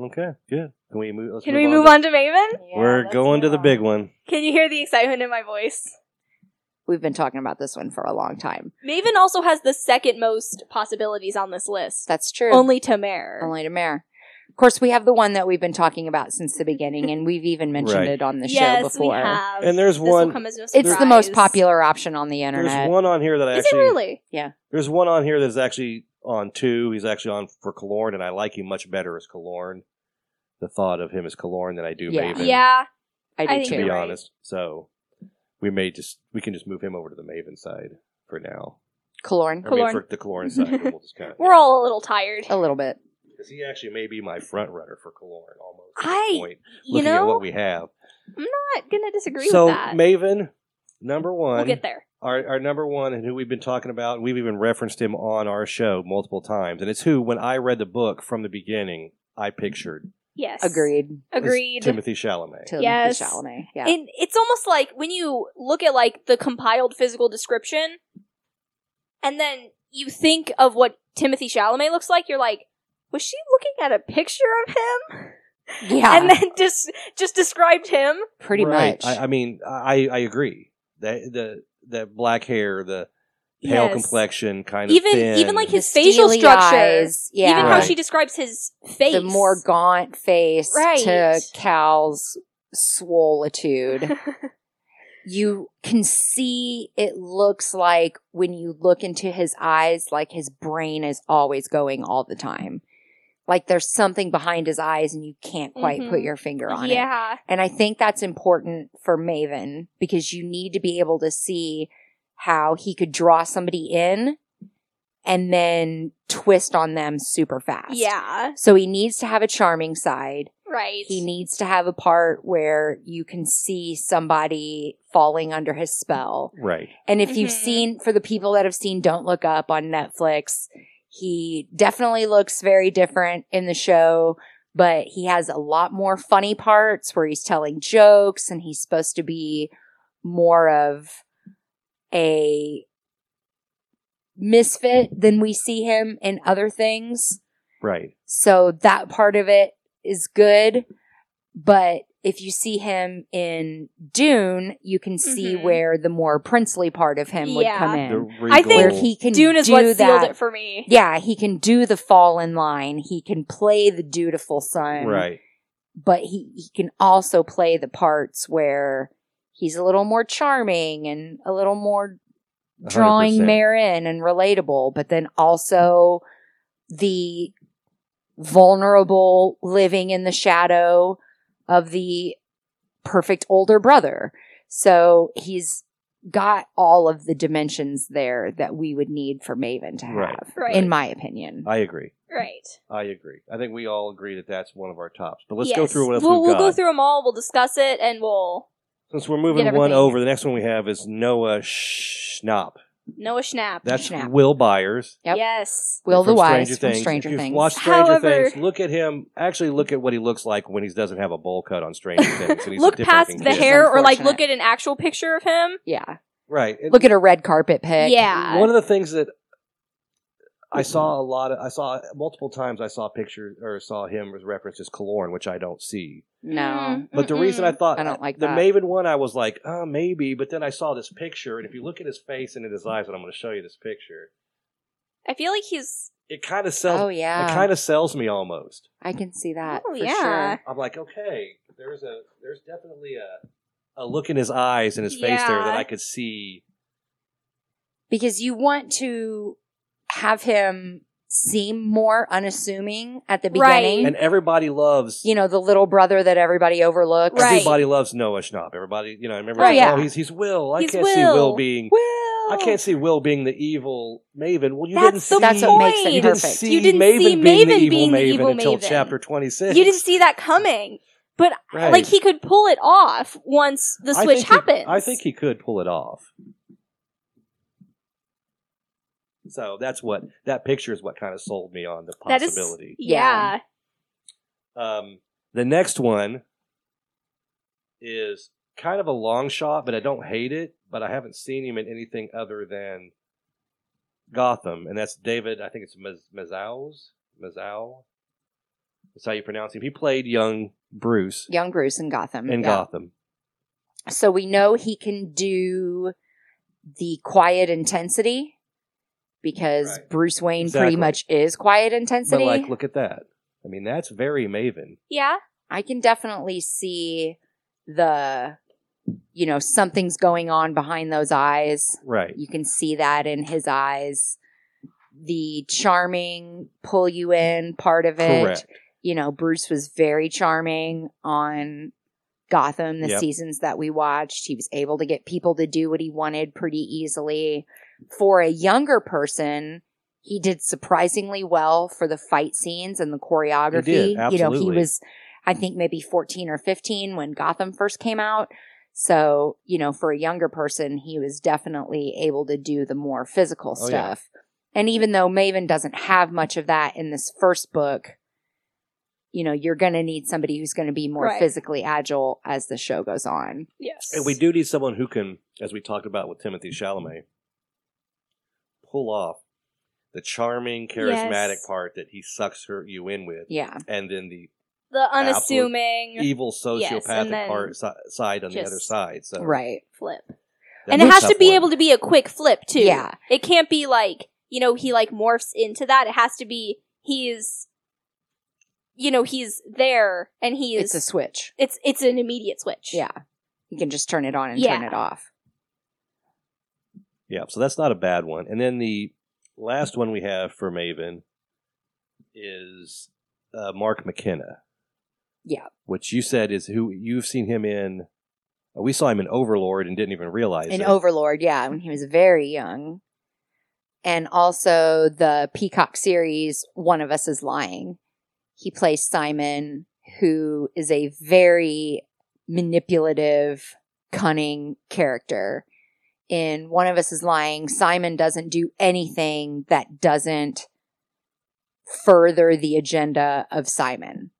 Speaker 4: okay. Good. Can we move? Let's
Speaker 3: Can we move on to Maven?
Speaker 4: to- We're going to the big one.
Speaker 3: Can you hear the excitement in my voice?
Speaker 2: we've been talking about this one for a long time
Speaker 3: Maven also has the second most possibilities on this list.
Speaker 2: that's true
Speaker 3: Only Tamer.
Speaker 2: only to mayor of course we have the one that we've been talking about since the beginning and we've even mentioned
Speaker 4: Right.
Speaker 2: it on the
Speaker 3: yes,
Speaker 2: show before
Speaker 3: we have.
Speaker 4: And there's
Speaker 3: This will
Speaker 4: one.
Speaker 3: come as no
Speaker 2: it's the most
Speaker 3: surprise.
Speaker 2: popular option on the internet
Speaker 4: There's one on here that I
Speaker 3: Is
Speaker 4: actually.
Speaker 3: it really?
Speaker 4: There's one on here that's actually on two. He's actually on for Kalorn, and I like him much better as Kalorn. The thought of him as Kalorn than I do
Speaker 2: Yeah.
Speaker 4: Maven.
Speaker 3: Yeah.
Speaker 2: i do
Speaker 3: I think
Speaker 2: too
Speaker 4: To
Speaker 3: you're
Speaker 4: be
Speaker 3: right.
Speaker 4: honest, so we may just we can just move him over to the Maven side for now.
Speaker 2: Kalorn.
Speaker 4: I mean,
Speaker 3: Kalorn.
Speaker 4: for the Kalorn side, and we'll just kind of.
Speaker 3: [laughs]
Speaker 4: [laughs]
Speaker 3: We're all a little tired.
Speaker 2: A little bit.
Speaker 4: because he actually may be my front runner for Kalorn almost. At
Speaker 3: I-
Speaker 4: this point,
Speaker 3: You
Speaker 4: looking at
Speaker 3: know,
Speaker 4: what we have.
Speaker 3: I'm not gonna disagree
Speaker 4: so
Speaker 3: with that.
Speaker 4: Maven, number one,
Speaker 3: we'll get there.
Speaker 4: our our number one, and who we've been talking about, and we've even referenced him on our show multiple times, and it's who when I read the book from the beginning, I pictured
Speaker 3: Yes.
Speaker 2: Agreed.
Speaker 4: was
Speaker 3: Agreed.
Speaker 4: Timothy Chalamet.
Speaker 2: To
Speaker 3: Yes.
Speaker 2: Chalamet. Yeah.
Speaker 3: And it's almost like when you look at like the compiled physical description, and then you think of what Timothy Chalamet looks like, you're like, was she looking at a picture of him?
Speaker 2: yeah.
Speaker 3: And then just just described him.
Speaker 2: pretty
Speaker 4: Right.
Speaker 2: much.
Speaker 4: I, I mean, I I agree that the that black hair, the pale
Speaker 3: Yes.
Speaker 4: complexion, kind of
Speaker 3: Even
Speaker 4: thin.
Speaker 3: even like
Speaker 2: The
Speaker 3: his facial
Speaker 2: steely
Speaker 3: structure.
Speaker 2: eyes, yeah.
Speaker 3: Even how
Speaker 4: Right.
Speaker 3: she describes his face.
Speaker 2: the more gaunt face
Speaker 3: Right.
Speaker 2: to Cal's
Speaker 3: [laughs]
Speaker 2: swollitude. you can see it looks like when you look into his eyes, like his brain is always going all the time. Like there's something behind his eyes and you can't quite
Speaker 3: Mhm.
Speaker 2: put your finger on it.
Speaker 3: yeah.
Speaker 2: And I think that's important for Maven because you need to be able to see how he could draw somebody in and then twist on them super fast.
Speaker 3: Yeah.
Speaker 2: So he needs to have a charming side.
Speaker 3: Right.
Speaker 2: He needs to have a part where you can see somebody falling under his spell.
Speaker 4: right.
Speaker 2: And if you've
Speaker 3: Mhm.
Speaker 2: seen, for the people that have seen Don't Look Up on Netflix, he definitely looks very different in the show, but he has a lot more funny parts where he's telling jokes and he's supposed to be more of a misfit than we see him in other things.
Speaker 4: Right.
Speaker 2: So that part of it is good. But if you see him in Dune, you can see
Speaker 3: Mhm.
Speaker 2: where the more princely part of him would
Speaker 3: Yeah.
Speaker 2: come
Speaker 4: The
Speaker 2: in.
Speaker 4: regal,
Speaker 3: think
Speaker 2: where he can
Speaker 3: Dune is
Speaker 2: do
Speaker 3: what sealed
Speaker 2: that.
Speaker 3: it for me.
Speaker 2: Yeah, he can do the fall in line. He can play the dutiful son.
Speaker 4: right.
Speaker 2: But he, he can also play the parts where he's a little more charming and a little more drawing
Speaker 4: 100%.
Speaker 2: Mare in and relatable, but then also the vulnerable living in the shadow of the perfect older brother. So he's got all of the dimensions there that we would need for Maven to have,
Speaker 4: Right, Uh,
Speaker 3: Right.
Speaker 2: in my opinion.
Speaker 4: I agree.
Speaker 3: Right.
Speaker 4: I agree. I think we all agree that that's one of our tops. But let's go through what else
Speaker 3: we'll,
Speaker 4: we've
Speaker 3: we'll
Speaker 4: got.
Speaker 3: go through them all. We'll discuss it, and we'll
Speaker 4: Since we're moving one
Speaker 2: everything.
Speaker 4: over, the next one we have is Noah Schnapp.
Speaker 3: Noah Schnapp.
Speaker 4: That's
Speaker 2: Schnapp.
Speaker 4: Will Byers.
Speaker 2: Yep.
Speaker 3: Yes.
Speaker 2: Will the
Speaker 4: from
Speaker 2: Wise
Speaker 4: Stranger
Speaker 2: from
Speaker 4: Things.
Speaker 2: Stranger
Speaker 4: if you've
Speaker 2: Things.
Speaker 4: watched Stranger
Speaker 3: However-
Speaker 4: Things, look at him. Actually, look at what he looks like when he doesn't have a bowl cut on
Speaker 2: [laughs]
Speaker 4: Stranger Things. And he's a
Speaker 3: Look
Speaker 4: different
Speaker 3: past
Speaker 4: looking
Speaker 3: the
Speaker 4: kid.
Speaker 3: hair, or like look
Speaker 2: unfortunate.
Speaker 3: at an actual picture of him.
Speaker 2: yeah.
Speaker 4: Right. And
Speaker 2: Look at a red carpet pic.
Speaker 3: Yeah.
Speaker 4: One of the things that I
Speaker 2: Mm-hmm.
Speaker 4: saw a lot of, I saw multiple times I saw pictures or saw him as referenced as Kalorn, which I don't see.
Speaker 2: No.
Speaker 3: Mm,
Speaker 4: But the
Speaker 3: mm-mm.
Speaker 4: reason I thought
Speaker 2: I don't like
Speaker 4: the
Speaker 2: that.
Speaker 4: Maven one, I was like, oh, maybe. But then I saw this picture, and if you look at his face and at his eyes, and I'm going to show you this picture,
Speaker 3: I feel like he's.
Speaker 4: it kind of sells.
Speaker 2: Oh yeah.
Speaker 4: It kind of sells me almost.
Speaker 2: I can see that.
Speaker 3: Oh,
Speaker 2: for
Speaker 3: yeah.
Speaker 2: Sure.
Speaker 4: I'm like, okay, there's a, there's definitely a, a look in his eyes and his face there that
Speaker 3: Yeah.
Speaker 4: I could see.
Speaker 2: Because you want to have him seem more unassuming at the
Speaker 3: Right.
Speaker 2: beginning.
Speaker 4: And everybody loves.
Speaker 2: you know, the little brother that everybody overlooks.
Speaker 3: Right.
Speaker 4: Everybody loves Noah Schnapp. Everybody, you know, I remember.
Speaker 2: Right.
Speaker 4: like,
Speaker 2: Yeah.
Speaker 4: Oh, he's he's Will. I
Speaker 3: He's
Speaker 4: can't see Will
Speaker 3: Will.
Speaker 4: being.
Speaker 2: Will.
Speaker 4: I can't see Will being the evil Maven. Well, you
Speaker 3: That's
Speaker 4: didn't see.
Speaker 3: the
Speaker 2: That's what makes it
Speaker 4: you
Speaker 3: point.
Speaker 4: didn't
Speaker 2: perfect.
Speaker 4: see
Speaker 3: You didn't
Speaker 4: Maven
Speaker 3: see
Speaker 4: being
Speaker 3: Maven
Speaker 4: the evil
Speaker 3: being the
Speaker 4: Maven
Speaker 3: evil
Speaker 4: until
Speaker 3: Maven.
Speaker 4: chapter twenty six.
Speaker 3: You didn't see that coming, but
Speaker 4: Right.
Speaker 3: like he could pull it off once the switch happens.
Speaker 4: I think he could pull it off. So that's what that picture is. What kind of sold me on the
Speaker 3: that is.
Speaker 4: possibility.
Speaker 3: Yeah.
Speaker 4: Um, the next one is kind of a long shot, but I don't hate it. But I haven't seen him in anything other than Gotham, and that's David. I think it's Maz- Mazows. Mazow. That's how you pronounce him. He played young Bruce
Speaker 2: Young Bruce in Gotham.
Speaker 4: in
Speaker 2: Yeah.
Speaker 4: Gotham.
Speaker 2: So we know he can do the quiet intensity because
Speaker 4: Right.
Speaker 2: Bruce Wayne
Speaker 4: Exactly.
Speaker 2: pretty much is quiet
Speaker 4: But
Speaker 2: intensity.
Speaker 4: like, look at that. I mean, that's very Maven.
Speaker 3: Yeah.
Speaker 2: I can definitely see the, you know, something's going on behind those eyes.
Speaker 4: Right.
Speaker 2: You can see that in his eyes. The charming pull you in part of it.
Speaker 4: Correct.
Speaker 2: You know, Bruce was very charming on Gotham, the
Speaker 4: Yep.
Speaker 2: seasons that we watched. He was able to get people to do what he wanted pretty easily. For a younger person, he did surprisingly well for the fight scenes and the choreography. You know, he
Speaker 4: absolutely.
Speaker 2: was, I think, maybe 14 or 15 when Gotham first came out. So, you know, for a younger person, he was definitely able to do the more physical
Speaker 4: Oh, yeah.
Speaker 2: stuff. And even though Maven doesn't have much of that in this first book, you know, you're going to need somebody who's going to be more
Speaker 3: Right.
Speaker 2: physically agile as the show goes on.
Speaker 3: Yes.
Speaker 4: And we do need someone who can, as we talked about with Timothy Chalamet, pull off the charming, charismatic
Speaker 3: Yes.
Speaker 4: part that he sucks her you in with,
Speaker 2: Yeah.
Speaker 4: and then the
Speaker 3: the unassuming
Speaker 4: evil
Speaker 3: Yes,
Speaker 4: sociopathic
Speaker 3: and then
Speaker 4: part si- side on the
Speaker 3: just-
Speaker 4: other side. So
Speaker 2: Right.
Speaker 3: flip,
Speaker 4: that's
Speaker 3: and
Speaker 4: a
Speaker 3: it has
Speaker 4: tough
Speaker 3: to be
Speaker 4: one.
Speaker 3: able to be a quick flip too.
Speaker 2: Yeah.
Speaker 3: It can't be like you know he like morphs into that. It has to be he's, you know, he's there and he
Speaker 2: It's
Speaker 3: is.
Speaker 2: a switch.
Speaker 3: it's it's an immediate switch.
Speaker 2: Yeah. You can just turn it on and turn
Speaker 3: Yeah.
Speaker 2: it off.
Speaker 4: Yeah, so that's not a bad one. And then the last one we have for Maven is uh, Mark McKenna.
Speaker 2: Yeah.
Speaker 4: which you said is who you've seen him in. uh, We saw him in Overlord and didn't even realize
Speaker 2: In
Speaker 4: it.
Speaker 2: Overlord, yeah, when he was very young. And also the Peacock series, One of Us is Lying. He plays Simon, who is a very manipulative, cunning character. In One of Us is Lying, Simon doesn't do anything that doesn't further the agenda of Simon.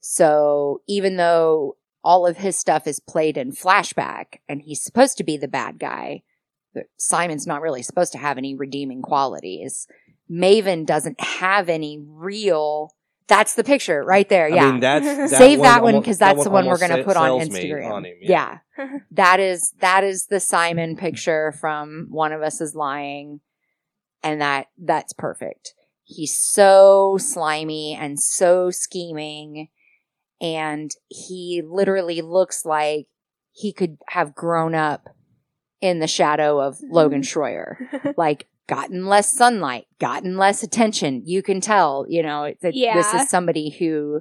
Speaker 2: So even though all of his stuff is played in flashback and he's supposed to be the bad guy. But Simon's not really supposed to have any redeeming qualities. Maven doesn't have any real. That's the picture right there.
Speaker 4: I
Speaker 2: Yeah.
Speaker 4: mean,
Speaker 2: [laughs]
Speaker 4: that's, that
Speaker 2: Save that one
Speaker 4: almo-
Speaker 2: because that's the one we're
Speaker 4: almost
Speaker 2: going to
Speaker 4: se-
Speaker 2: put on
Speaker 4: sells me
Speaker 2: Instagram.
Speaker 4: on him, yeah.
Speaker 2: yeah.
Speaker 4: [laughs]
Speaker 2: that is that is the Simon picture from One of Us is Lying and that that's perfect. He's so slimy and so scheming and he literally looks like he could have grown up in the shadow of Logan
Speaker 4: Mm-hmm.
Speaker 2: Schroyer. Like gotten less sunlight, gotten less attention. You can tell, you know, that this
Speaker 3: Yeah.
Speaker 2: is somebody who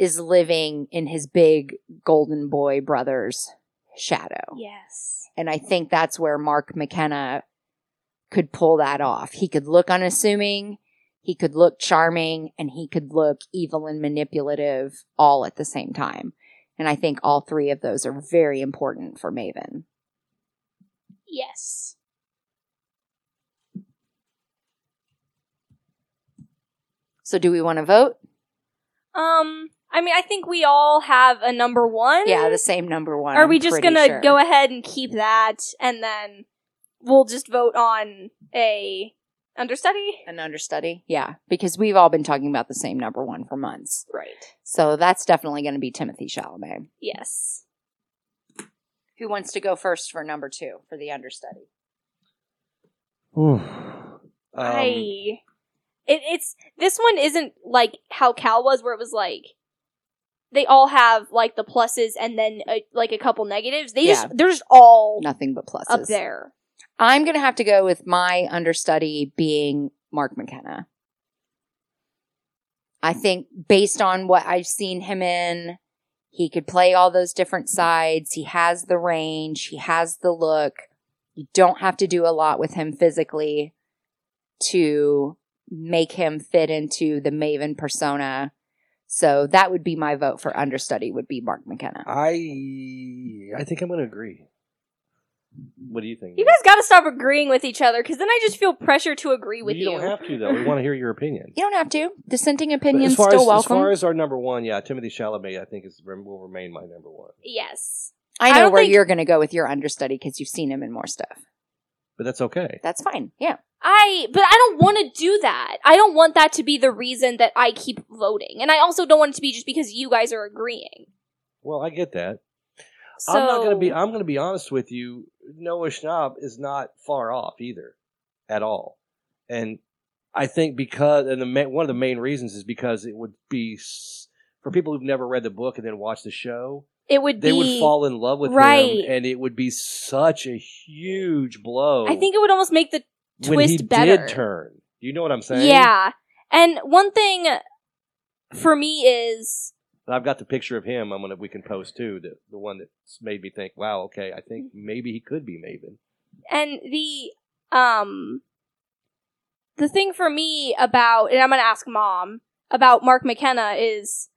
Speaker 2: is living in his big golden boy brother's shadow.
Speaker 3: [laughs] yes.
Speaker 2: And I think that's where Mark McKenna could pull that off. He could look unassuming. He could look charming and he could look evil and manipulative all at the same time. And I think all three of those are very important for Maven.
Speaker 3: Yes.
Speaker 2: So, do we want to vote?
Speaker 3: Um, I mean, I think we all have a number one.
Speaker 2: Yeah, the same number one.
Speaker 3: Are
Speaker 2: I'm
Speaker 3: we just
Speaker 2: pretty
Speaker 3: gonna
Speaker 2: sure.
Speaker 3: go ahead and keep that, and then we'll just vote on a understudy?
Speaker 2: an understudy? Yeah, because we've all been talking about the same number one for months.
Speaker 3: Right.
Speaker 2: So that's definitely going to be Timothy Chalamet.
Speaker 3: Yes.
Speaker 2: Who wants to go first for number two for the understudy?
Speaker 4: Um,
Speaker 3: I. It, it's this one isn't like how Cal was, where it was like they all have like the pluses and then uh like a couple negatives. They
Speaker 2: Yeah.
Speaker 3: just they're just all
Speaker 2: Nothing but pluses.
Speaker 3: up there.
Speaker 2: I'm going to have to go with my understudy being Mark McKenna. I think based on what I've seen him in, he could play all those different sides. He has the range, he has the look. You don't have to do a lot with him physically to make him fit into the Maven persona. So that would be my vote for understudy would be Mark McKenna.
Speaker 4: I I think I'm going to agree. What do you think?
Speaker 3: You
Speaker 4: Nick?
Speaker 3: guys got to stop agreeing with each other because then I just feel pressure to agree with
Speaker 4: you,
Speaker 3: you.
Speaker 4: don't have to though. We want to hear your
Speaker 3: [laughs]
Speaker 4: opinion.
Speaker 2: You don't have to. Dissenting
Speaker 4: But
Speaker 2: opinions
Speaker 4: as far
Speaker 2: still
Speaker 4: as,
Speaker 2: welcome.
Speaker 4: As far as our number one, yeah, Timothy Chalamet, I think is will remain my number one.
Speaker 3: yes.
Speaker 2: I
Speaker 3: I
Speaker 2: know
Speaker 3: don't
Speaker 2: where
Speaker 3: think-
Speaker 2: you're going to go with your understudy because you've seen him in more stuff.
Speaker 4: But that's okay.
Speaker 2: That's fine. Yeah.
Speaker 3: I, but I don't want to do that. I don't want that to be the reason that I keep voting. And I also don't want it to be just because you guys are agreeing.
Speaker 4: Well, I get that.
Speaker 3: So,
Speaker 4: I'm not going to be. I'm going to be honest with you. Noah Schnapp is not far off either, at all. And I think because and the ma- one of the main reasons is because it would be s- for people who've never read the book and then watch the show,
Speaker 3: it would
Speaker 4: they
Speaker 3: be,
Speaker 4: would fall in love with
Speaker 3: right.
Speaker 4: him, and it would be such a huge blow.
Speaker 3: I think it would almost make the,
Speaker 4: when he
Speaker 3: twist better.
Speaker 4: did turn. You know what I'm saying?
Speaker 3: yeah. And one thing for me is,
Speaker 4: And I've got the picture of him. I'm gonna we can post too. The the one that made me think, wow, okay, I think
Speaker 3: Mm-hmm.
Speaker 4: maybe he could be Maven.
Speaker 3: and the, um, the thing for me about, and I'm going to ask mom about Mark McKenna is,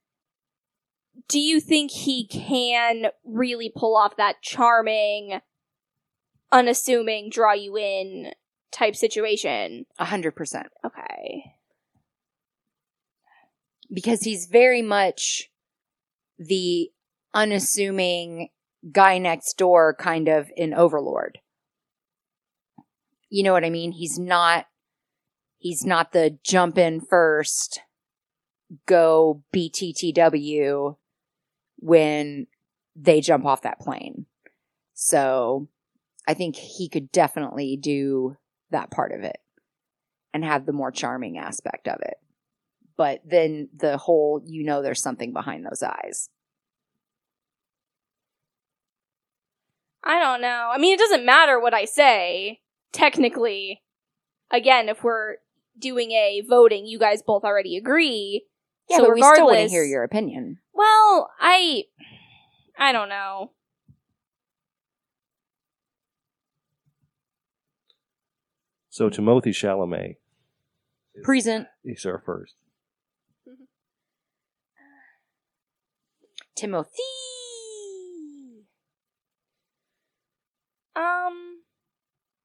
Speaker 3: do you think he can really pull off that charming, unassuming, draw you in type situation?
Speaker 2: 100%.
Speaker 3: Okay.
Speaker 2: Because he's very much the unassuming guy next door kind of an overlord. You know what I mean? He's not he's not the jump in first go BTTW when they jump off that plane. So I think he could definitely do that part of it and have the more charming aspect of it. But then the whole, you know, there's something behind those eyes.
Speaker 3: I don't know. I mean, it doesn't matter what I say. Technically, again, if we're doing a voting, you guys both already agree.
Speaker 2: Yeah,
Speaker 3: so
Speaker 2: but we still want to
Speaker 3: regardless,
Speaker 2: hear your opinion.
Speaker 3: Well, I, I don't know.
Speaker 4: So Timothy Chalamet
Speaker 2: Present
Speaker 4: is our first.
Speaker 2: Timothy.
Speaker 3: Um,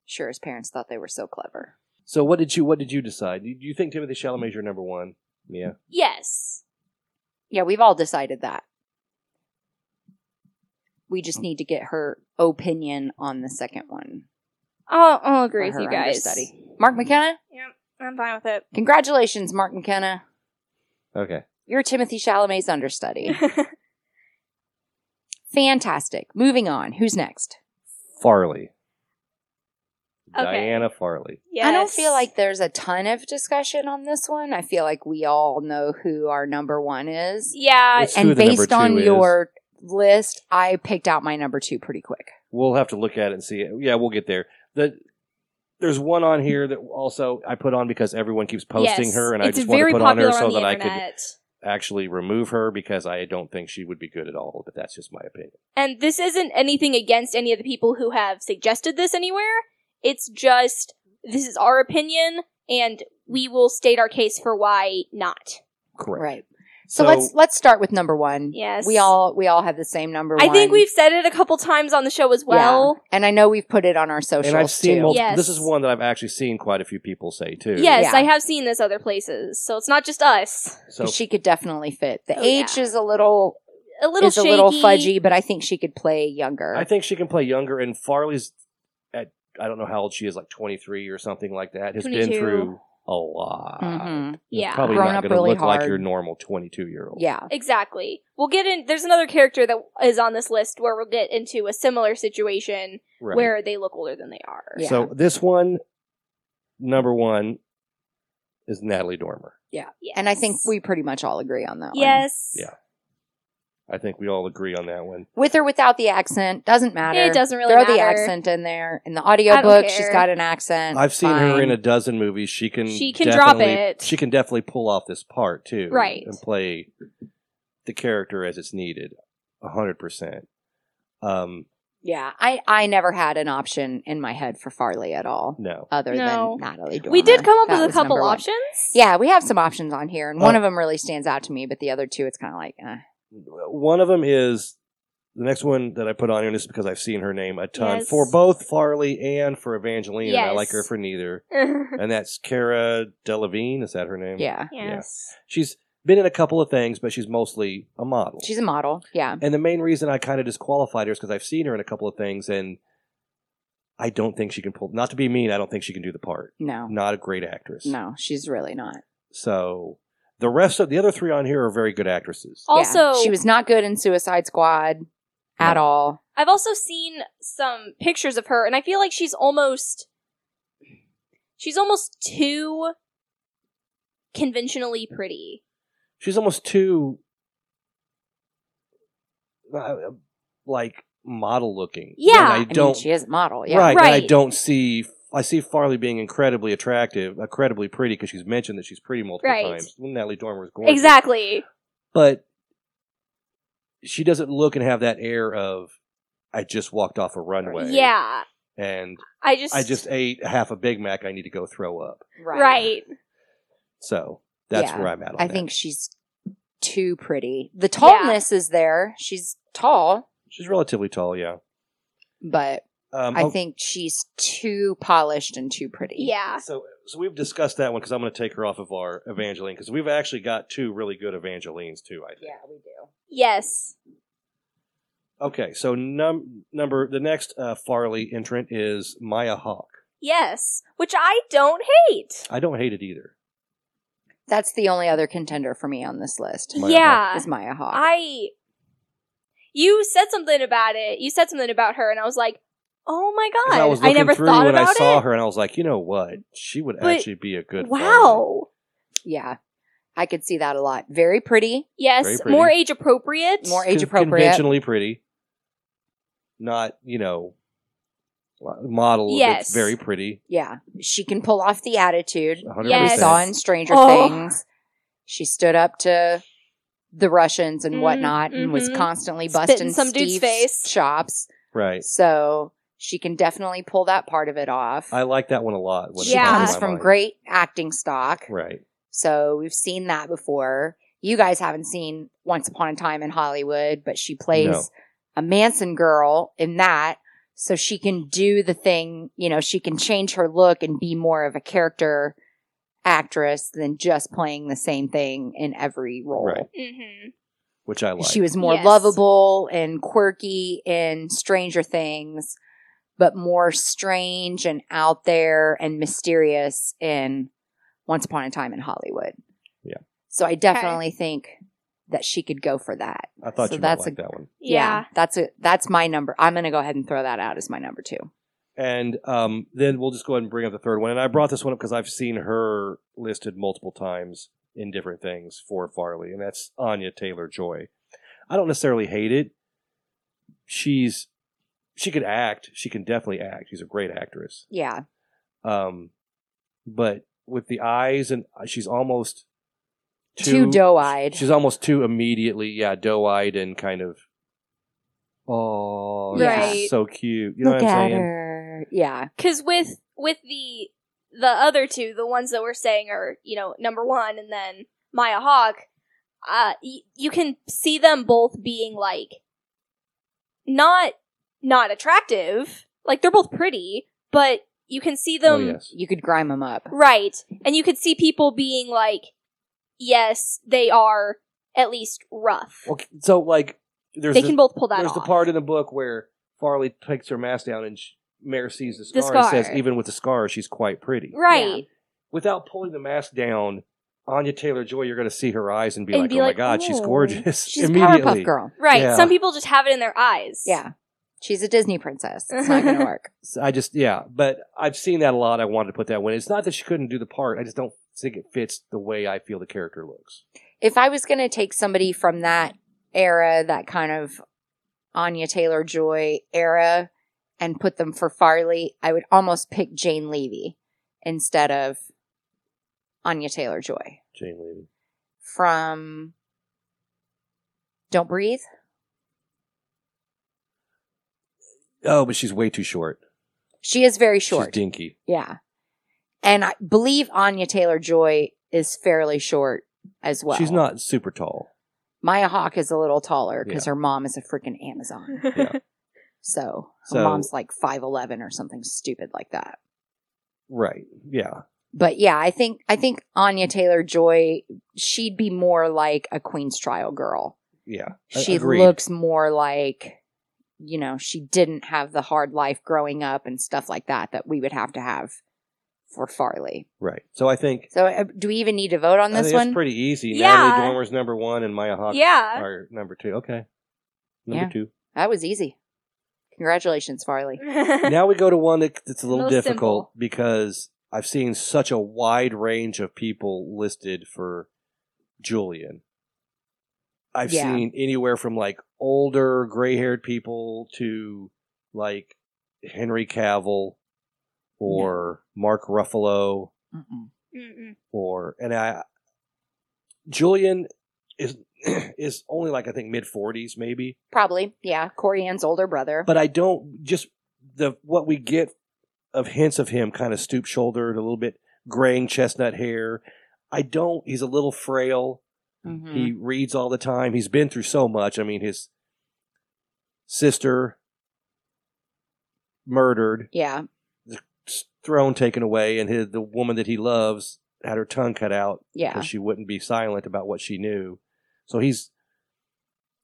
Speaker 2: Sure, his parents thought they were so clever.
Speaker 4: So what did you what did you decide? Do you think Timothy Chalamet is your number one? Yeah.
Speaker 3: yes.
Speaker 2: Yeah, we've all decided that. We just need to get her opinion on the second one.
Speaker 3: I'll, I'll agree
Speaker 2: for
Speaker 3: with you
Speaker 2: her
Speaker 3: guys.
Speaker 2: understudy. Mark McKenna,
Speaker 3: I'm fine with
Speaker 2: congratulations, Mark McKenna.
Speaker 4: Okay.
Speaker 2: You're Timothy Chalamet's [laughs] understudy.
Speaker 3: it.
Speaker 2: Fantastic. Moving on. Who's next?
Speaker 4: Farley.
Speaker 3: Okay.
Speaker 4: Diana Farley.
Speaker 3: [laughs] yes.
Speaker 2: I don't feel like there's a ton of discussion on this one. I feel like we all know who our number one is.
Speaker 3: Yeah.
Speaker 4: It's- who
Speaker 2: and
Speaker 4: the number
Speaker 2: based on
Speaker 4: two is.
Speaker 2: your list, I picked out my number two pretty quick.
Speaker 4: We'll have to look at it and see it. Yeah, we'll get there. The there's one on here that also I put on because everyone keeps posting
Speaker 3: yes.
Speaker 4: her, and I
Speaker 3: It's
Speaker 4: just want to
Speaker 3: very
Speaker 4: put on her
Speaker 3: popular
Speaker 4: so
Speaker 3: the
Speaker 4: that I could
Speaker 3: internet.
Speaker 4: actually remove her because I don't think she would be good at all. But that's just my opinion.
Speaker 3: And this isn't anything against any of the people who have suggested this anywhere. It's just this is our opinion. and we will state our case for why not.
Speaker 4: Correct.
Speaker 2: Right. So,
Speaker 4: So-
Speaker 2: let's let's start with number one.
Speaker 3: Yes.
Speaker 2: We all we all have the same number.
Speaker 3: I
Speaker 2: one.
Speaker 3: think we've said it a couple times on the show as well.
Speaker 2: and I know we've put it on our socials
Speaker 4: And I've seen
Speaker 2: too.
Speaker 4: multiple.
Speaker 3: Yes.
Speaker 4: This is one that I've actually seen quite a few people say too.
Speaker 3: Yes,
Speaker 2: Yeah.
Speaker 3: I have seen this other places, so it's not just us.
Speaker 4: So
Speaker 2: she could definitely fit. The
Speaker 3: Oh,
Speaker 2: age
Speaker 3: yeah.
Speaker 2: is a little,
Speaker 3: A little
Speaker 2: is
Speaker 3: shaky.
Speaker 2: a little fudgy, but I think she could play younger.
Speaker 4: I think she can play younger. And Farley's at I don't know how old she is, like twenty three or something like that. Has been
Speaker 3: 22.
Speaker 4: through a lot.
Speaker 2: Mhm.
Speaker 4: It's
Speaker 3: Yeah.
Speaker 4: Probably
Speaker 2: Grown
Speaker 4: not
Speaker 2: up
Speaker 4: going to
Speaker 2: really
Speaker 4: look like
Speaker 2: hard.
Speaker 4: your normal twenty two year old.
Speaker 2: Yeah.
Speaker 3: Exactly. We'll get in. There's another character that is on this list where we'll get into a similar situation
Speaker 4: Right.
Speaker 3: where they look older than they are.
Speaker 2: Yeah.
Speaker 4: So this one, number one, is Natalie Dormer.
Speaker 2: And I think
Speaker 3: Yes.
Speaker 2: we pretty much all agree on that one.
Speaker 3: Yes.
Speaker 4: Yeah. I think we all agree on that one.
Speaker 2: With or without the accent, doesn't matter.
Speaker 3: It doesn't really
Speaker 2: Throw
Speaker 3: matter.
Speaker 2: the accent in there. In the audiobook, she's
Speaker 3: care.
Speaker 2: got an accent.
Speaker 4: I've seen her
Speaker 2: Fine.
Speaker 4: in a dozen movies. She can
Speaker 3: She can drop
Speaker 4: definitely-
Speaker 3: it.
Speaker 4: She can definitely pull off this part too,
Speaker 3: Right.
Speaker 4: And play the character as it's needed, a hundred percent. Um,
Speaker 2: Yeah. I, I never had an option in my head for Farley at all,
Speaker 4: no,
Speaker 2: other
Speaker 3: No.
Speaker 2: than Natalie Dormer.
Speaker 3: We did come up
Speaker 2: That
Speaker 3: with a
Speaker 2: was
Speaker 3: couple
Speaker 2: number one.
Speaker 3: options.
Speaker 2: Yeah, we have some options on here, and
Speaker 4: Oh.
Speaker 2: one of them really stands out to me, but the other two, it's kind of like, eh.
Speaker 4: one of them is the next one that I put on here. And this is because I've seen her name a ton
Speaker 3: Yes.
Speaker 4: for both Farley and for Evangeline. and I
Speaker 3: Yes.
Speaker 4: like her for neither.
Speaker 3: Yeah.
Speaker 4: And that's Cara Delevingne. Is that her name?
Speaker 2: yeah.
Speaker 3: [laughs] yes.
Speaker 4: She's been in a couple of things, but she's mostly a model.
Speaker 2: She's a model. Yeah.
Speaker 4: And the main reason I kind of disqualified her is because I've seen her in a couple of things, and I don't think she can pull. Not to be mean, I don't think she can do the part.
Speaker 2: No.
Speaker 4: Not a great actress.
Speaker 2: No, she's really not.
Speaker 4: So the rest of the other three on here are very good actresses.
Speaker 2: Yeah.
Speaker 3: Also,
Speaker 2: she was not good in Suicide Squad at
Speaker 4: No.
Speaker 2: all.
Speaker 3: I've also seen some pictures of her, and I feel like she's almost she's almost too conventionally pretty.
Speaker 4: She's almost too uh, like model looking.
Speaker 3: Yeah.
Speaker 4: and
Speaker 3: I
Speaker 4: I
Speaker 3: mean,
Speaker 2: I mean,
Speaker 4: don't
Speaker 2: she is a model. Yeah.
Speaker 4: right, And I
Speaker 3: Right.
Speaker 4: don't see. I see Farley being incredibly attractive, incredibly pretty, because she's mentioned that she's pretty multiple
Speaker 3: Right.
Speaker 4: times. Well, Natalie Dormer is gorgeous.
Speaker 3: Exactly.
Speaker 4: but she doesn't look and have that air of I just walked off a runway.
Speaker 3: Yeah.
Speaker 4: And
Speaker 3: I just
Speaker 4: I just ate half a Big Mac. I need to go throw up.
Speaker 3: right.
Speaker 4: So that's
Speaker 2: Yeah.
Speaker 4: where I'm at. On
Speaker 2: I
Speaker 4: that.
Speaker 2: think she's too pretty. The tallness is there. She's tall,
Speaker 4: she's relatively tall. Yeah.
Speaker 2: but
Speaker 4: Um,
Speaker 2: I
Speaker 4: oh,
Speaker 2: think she's too polished and too pretty.
Speaker 3: Yeah.
Speaker 4: so. So we've discussed that one because I'm going to take her off of our Evangeline because we've actually got two really good Evangelines too. I think.
Speaker 2: Yeah, we do.
Speaker 3: Yes.
Speaker 4: Okay. So num number the next uh, Farley entrant is Maya Hawk.
Speaker 3: Yes. Which I don't hate.
Speaker 4: I don't hate it either.
Speaker 2: That's the only other contender for me on this list.
Speaker 4: Maya
Speaker 3: yeah.
Speaker 2: Is Maya Hawke.
Speaker 3: I you said something about it. You said something about her and I was like, "Oh my
Speaker 4: 'Cause
Speaker 3: god.
Speaker 4: I was
Speaker 3: I
Speaker 4: looking
Speaker 3: never
Speaker 4: through
Speaker 3: thought
Speaker 4: when
Speaker 3: about
Speaker 4: I saw
Speaker 3: it."
Speaker 4: her and I was like, you know what? She would
Speaker 3: But-
Speaker 4: actually be a good Farley.
Speaker 3: wow.
Speaker 2: Yeah. I could see that a lot. Very pretty.
Speaker 4: Very
Speaker 3: Yes,
Speaker 4: pretty.
Speaker 3: more age appropriate.
Speaker 2: More
Speaker 4: Con-
Speaker 2: age appropriate.
Speaker 4: conventionally pretty. Not you know, model.
Speaker 3: Yes.
Speaker 4: that's very pretty.
Speaker 2: Yeah. She can pull off the attitude.
Speaker 4: 100%.
Speaker 2: We
Speaker 3: Yes.
Speaker 2: saw in Stranger
Speaker 3: Oh.
Speaker 2: Things. She stood up to the Russians and
Speaker 3: Mm,
Speaker 2: whatnot and was
Speaker 3: mhm.
Speaker 2: constantly
Speaker 3: Spit in
Speaker 2: busting
Speaker 3: some dude's
Speaker 2: Steve's
Speaker 3: face.
Speaker 2: chops.
Speaker 4: Right.
Speaker 2: So she can definitely pull that part of it off.
Speaker 4: I like that one a lot. when it
Speaker 2: she
Speaker 3: Yeah.
Speaker 4: in
Speaker 2: comes
Speaker 4: my
Speaker 2: from
Speaker 4: mind.
Speaker 2: great acting stock.
Speaker 4: Right.
Speaker 2: So we've seen that before. You guys haven't seen Once Upon a Time in Hollywood, but she plays
Speaker 4: No.
Speaker 2: a Manson girl in that. So she can do the thing, you know, she can change her look and be more of a character actress than just playing the same thing in every role.
Speaker 4: Right.
Speaker 3: Mhm.
Speaker 4: Which I like.
Speaker 2: She was more
Speaker 3: Yes.
Speaker 2: lovable and quirky in Stranger Things, but more strange and out there and mysterious in Once Upon a Time in Hollywood.
Speaker 4: Yeah.
Speaker 2: So I definitely think that she could go for that.
Speaker 4: I thought
Speaker 2: so
Speaker 4: you
Speaker 2: that's
Speaker 4: might like
Speaker 2: a-
Speaker 4: that one.
Speaker 3: Yeah.
Speaker 2: That's a that's my number. I'm gonna go ahead and throw that out as my number two.
Speaker 4: And um, then we'll just go ahead and bring up the third one. And I brought this one up because I've seen her listed multiple times in different things for Farley, and that's Anya Taylor Joy. I don't necessarily hate it. She's she could act. She can definitely act. She's a great actress.
Speaker 2: Yeah.
Speaker 4: Um, but with the eyes, and uh, she's almost
Speaker 2: Too doe-eyed.
Speaker 4: She's almost too immediately, yeah, doe-eyed and kind of. Oh,
Speaker 3: Right.
Speaker 4: she's so cute. You know what I'm saying?
Speaker 2: her. Yeah.
Speaker 3: Cuz with with the the other two, the ones that we're saying are, you know, number one and then Maya Hawk, uh, y- you can see them both being like not not attractive. Like they're both pretty, but you can see them
Speaker 4: oh yes.
Speaker 2: You could grime them up.
Speaker 3: right, and you could see people being like, yes, they are at least rough.
Speaker 4: Okay, so like there's
Speaker 3: they
Speaker 4: this-
Speaker 3: can both pull that
Speaker 4: there's
Speaker 3: off.
Speaker 4: the part in the book where Farley takes her mask down and she, Mare sees the scar,
Speaker 3: The
Speaker 4: and says,
Speaker 3: scar.
Speaker 4: even with the scar, she's quite pretty.
Speaker 3: right.
Speaker 4: Without pulling the mask down, Anya Taylor Joy, you're going to see her eyes and be
Speaker 3: And
Speaker 4: like,
Speaker 3: be
Speaker 4: oh
Speaker 3: like,
Speaker 4: my God, she's
Speaker 3: "Oh,
Speaker 4: gorgeous.
Speaker 2: She's a
Speaker 4: Immediately.
Speaker 2: Powerpuff Girl.
Speaker 3: Right.
Speaker 4: Yeah.
Speaker 3: Some people just have it in their eyes.
Speaker 2: Yeah. She's a Disney princess. It's not
Speaker 3: [laughs]
Speaker 2: going to work.
Speaker 4: So I just, yeah, but I've seen that a lot. I wanted to put that one. It's not that she couldn't do the part, I just don't think it fits the way I feel the character looks.
Speaker 2: if I was going to take somebody from that era, that kind of Anya Taylor Joy era, and put them for Farley, I would almost pick Jane Levy instead of Anya Taylor Joy
Speaker 4: Jane Levy.
Speaker 2: from Don't Breathe.
Speaker 4: Oh, but she's way too short.
Speaker 2: She is very short.
Speaker 4: She's dinky.
Speaker 2: yeah. And I believe Anya Taylor Joy is fairly short as well.
Speaker 4: She's not super tall.
Speaker 2: Maya Hawk is a little taller because her mom is a freaking Amazon. So, her
Speaker 4: So-
Speaker 2: mom's like 5'11 or something stupid like that.
Speaker 4: Right. Yeah.
Speaker 2: But yeah, I think I think Anya Taylor-Joy she'd be more like a Queen's Trial girl.
Speaker 4: Yeah. A-
Speaker 2: She
Speaker 4: agreed.
Speaker 2: looks more like you know, she didn't have the hard life growing up and stuff like that that we would have to have for Farley.
Speaker 4: Right. So I think
Speaker 2: So, uh, do we even need to vote on
Speaker 4: I
Speaker 2: this
Speaker 4: think
Speaker 2: one?
Speaker 4: It's pretty easy.
Speaker 3: Yeah.
Speaker 4: Natalie Dormer's number one, and Maya Hawk
Speaker 3: [laughs] Yeah.
Speaker 4: are number two. Okay, number
Speaker 2: Yeah.
Speaker 4: two.
Speaker 2: that was easy. Congratulations,
Speaker 3: [laughs]
Speaker 2: Farley.
Speaker 4: Now we go to one that- that's a little,
Speaker 3: little
Speaker 4: difficult
Speaker 3: simple.
Speaker 4: because I've seen such a wide range of people listed for Julian. I've
Speaker 2: Yeah.
Speaker 4: seen anywhere from like older gray-haired people to like Henry Cavill or Mark Ruffalo
Speaker 2: Mm-mm.
Speaker 3: Mm-mm.
Speaker 4: or and I Julian is [clears throat] is only like I think mid forties maybe,
Speaker 2: Probably, yeah. Corianne's older brother.
Speaker 4: but I don't just the what we get of hints of him kind of stoop shouldered, a little bit graying chestnut hair. I don't. He's a little frail.
Speaker 2: Mhm.
Speaker 4: He reads all the time. He's been through so much. I mean, his sister murdered,
Speaker 2: yeah,
Speaker 4: s- throne taken away, and his, the woman that he loves had her tongue cut out
Speaker 2: yeah.
Speaker 4: because she wouldn't be silent about what she knew. So he's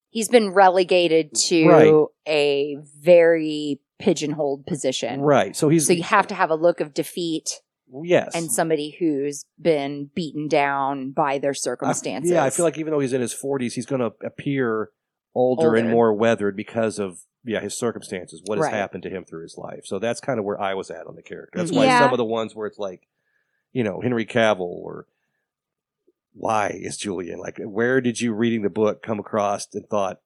Speaker 2: he's been relegated to
Speaker 4: Right.
Speaker 2: a very pigeonholed position.
Speaker 4: right. So he's
Speaker 2: So you have to have a look of defeat
Speaker 4: yes.
Speaker 2: and somebody who's been beaten down by their
Speaker 4: I-
Speaker 2: circumstances.
Speaker 4: yeah, I feel like even though he's in his forties, he's going to appear older, and
Speaker 2: Older.
Speaker 4: more weathered because of yeah his circumstances, what
Speaker 2: Right.
Speaker 4: has happened to him through his life. So that's kind of where I was at on the character.
Speaker 2: Mm-hmm.
Speaker 4: That's why
Speaker 3: Yeah.
Speaker 4: some of the ones where it's like, you know, Henry Cavill or why is Julian like? Where did you reading the book come across and thought?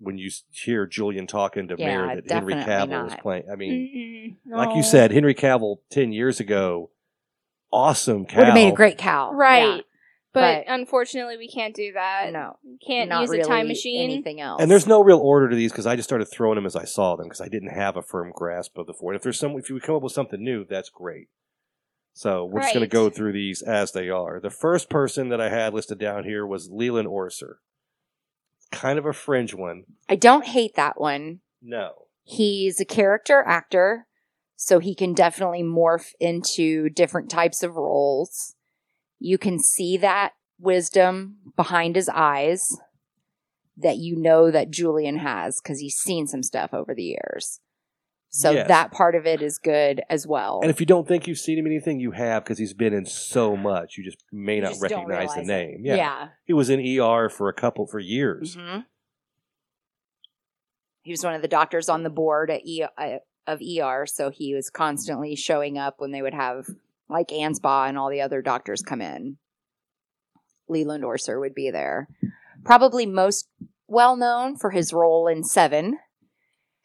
Speaker 4: When you s- hear Julian talking to
Speaker 2: Yeah,
Speaker 4: Mare that Henry
Speaker 2: definitely
Speaker 4: Cavill is
Speaker 2: not.
Speaker 4: playing, I mean,
Speaker 3: Mm-mm.
Speaker 4: Like
Speaker 3: No.
Speaker 4: you said, Henry Cavill ten years ago, awesome Cal.
Speaker 2: would have made a great cow.
Speaker 3: Right. but,
Speaker 2: but-
Speaker 3: unfortunately, we can't do that.
Speaker 2: No.
Speaker 3: Can't
Speaker 2: not
Speaker 3: use
Speaker 2: really
Speaker 3: a time machine.
Speaker 2: Anything else.
Speaker 4: And there's no real order to these because I just started throwing them as I saw them because I didn't have a firm grasp of the four. And if there's some, if you come up with something new, that's great. So we're just going
Speaker 3: Right.
Speaker 4: to go through these as they are. The first person that I had listed down here was Leland Orser, kind of a fringe one.
Speaker 2: I don't hate that one.
Speaker 4: No,
Speaker 2: He's a character actor, so he can definitely morph into different types of roles. You can see that wisdom behind his eyes that you know that Julian has because he's seen some stuff over the years. So
Speaker 4: Yes.
Speaker 2: that part of it is good as well.
Speaker 4: and if you don't think you've seen him in anything, you have because he's been in so much. You just may
Speaker 2: You
Speaker 4: not
Speaker 2: just don't
Speaker 4: recognize the
Speaker 2: realize it.
Speaker 4: name. Yeah. he was in ER for a couple for years.
Speaker 2: Mhm. He was one of the doctors on the board at e- uh, of ER, so he was constantly showing up when they would have like Ansbaugh and all the other doctors come in. Leland Orser would be there. Probably most well known for his role in Seven.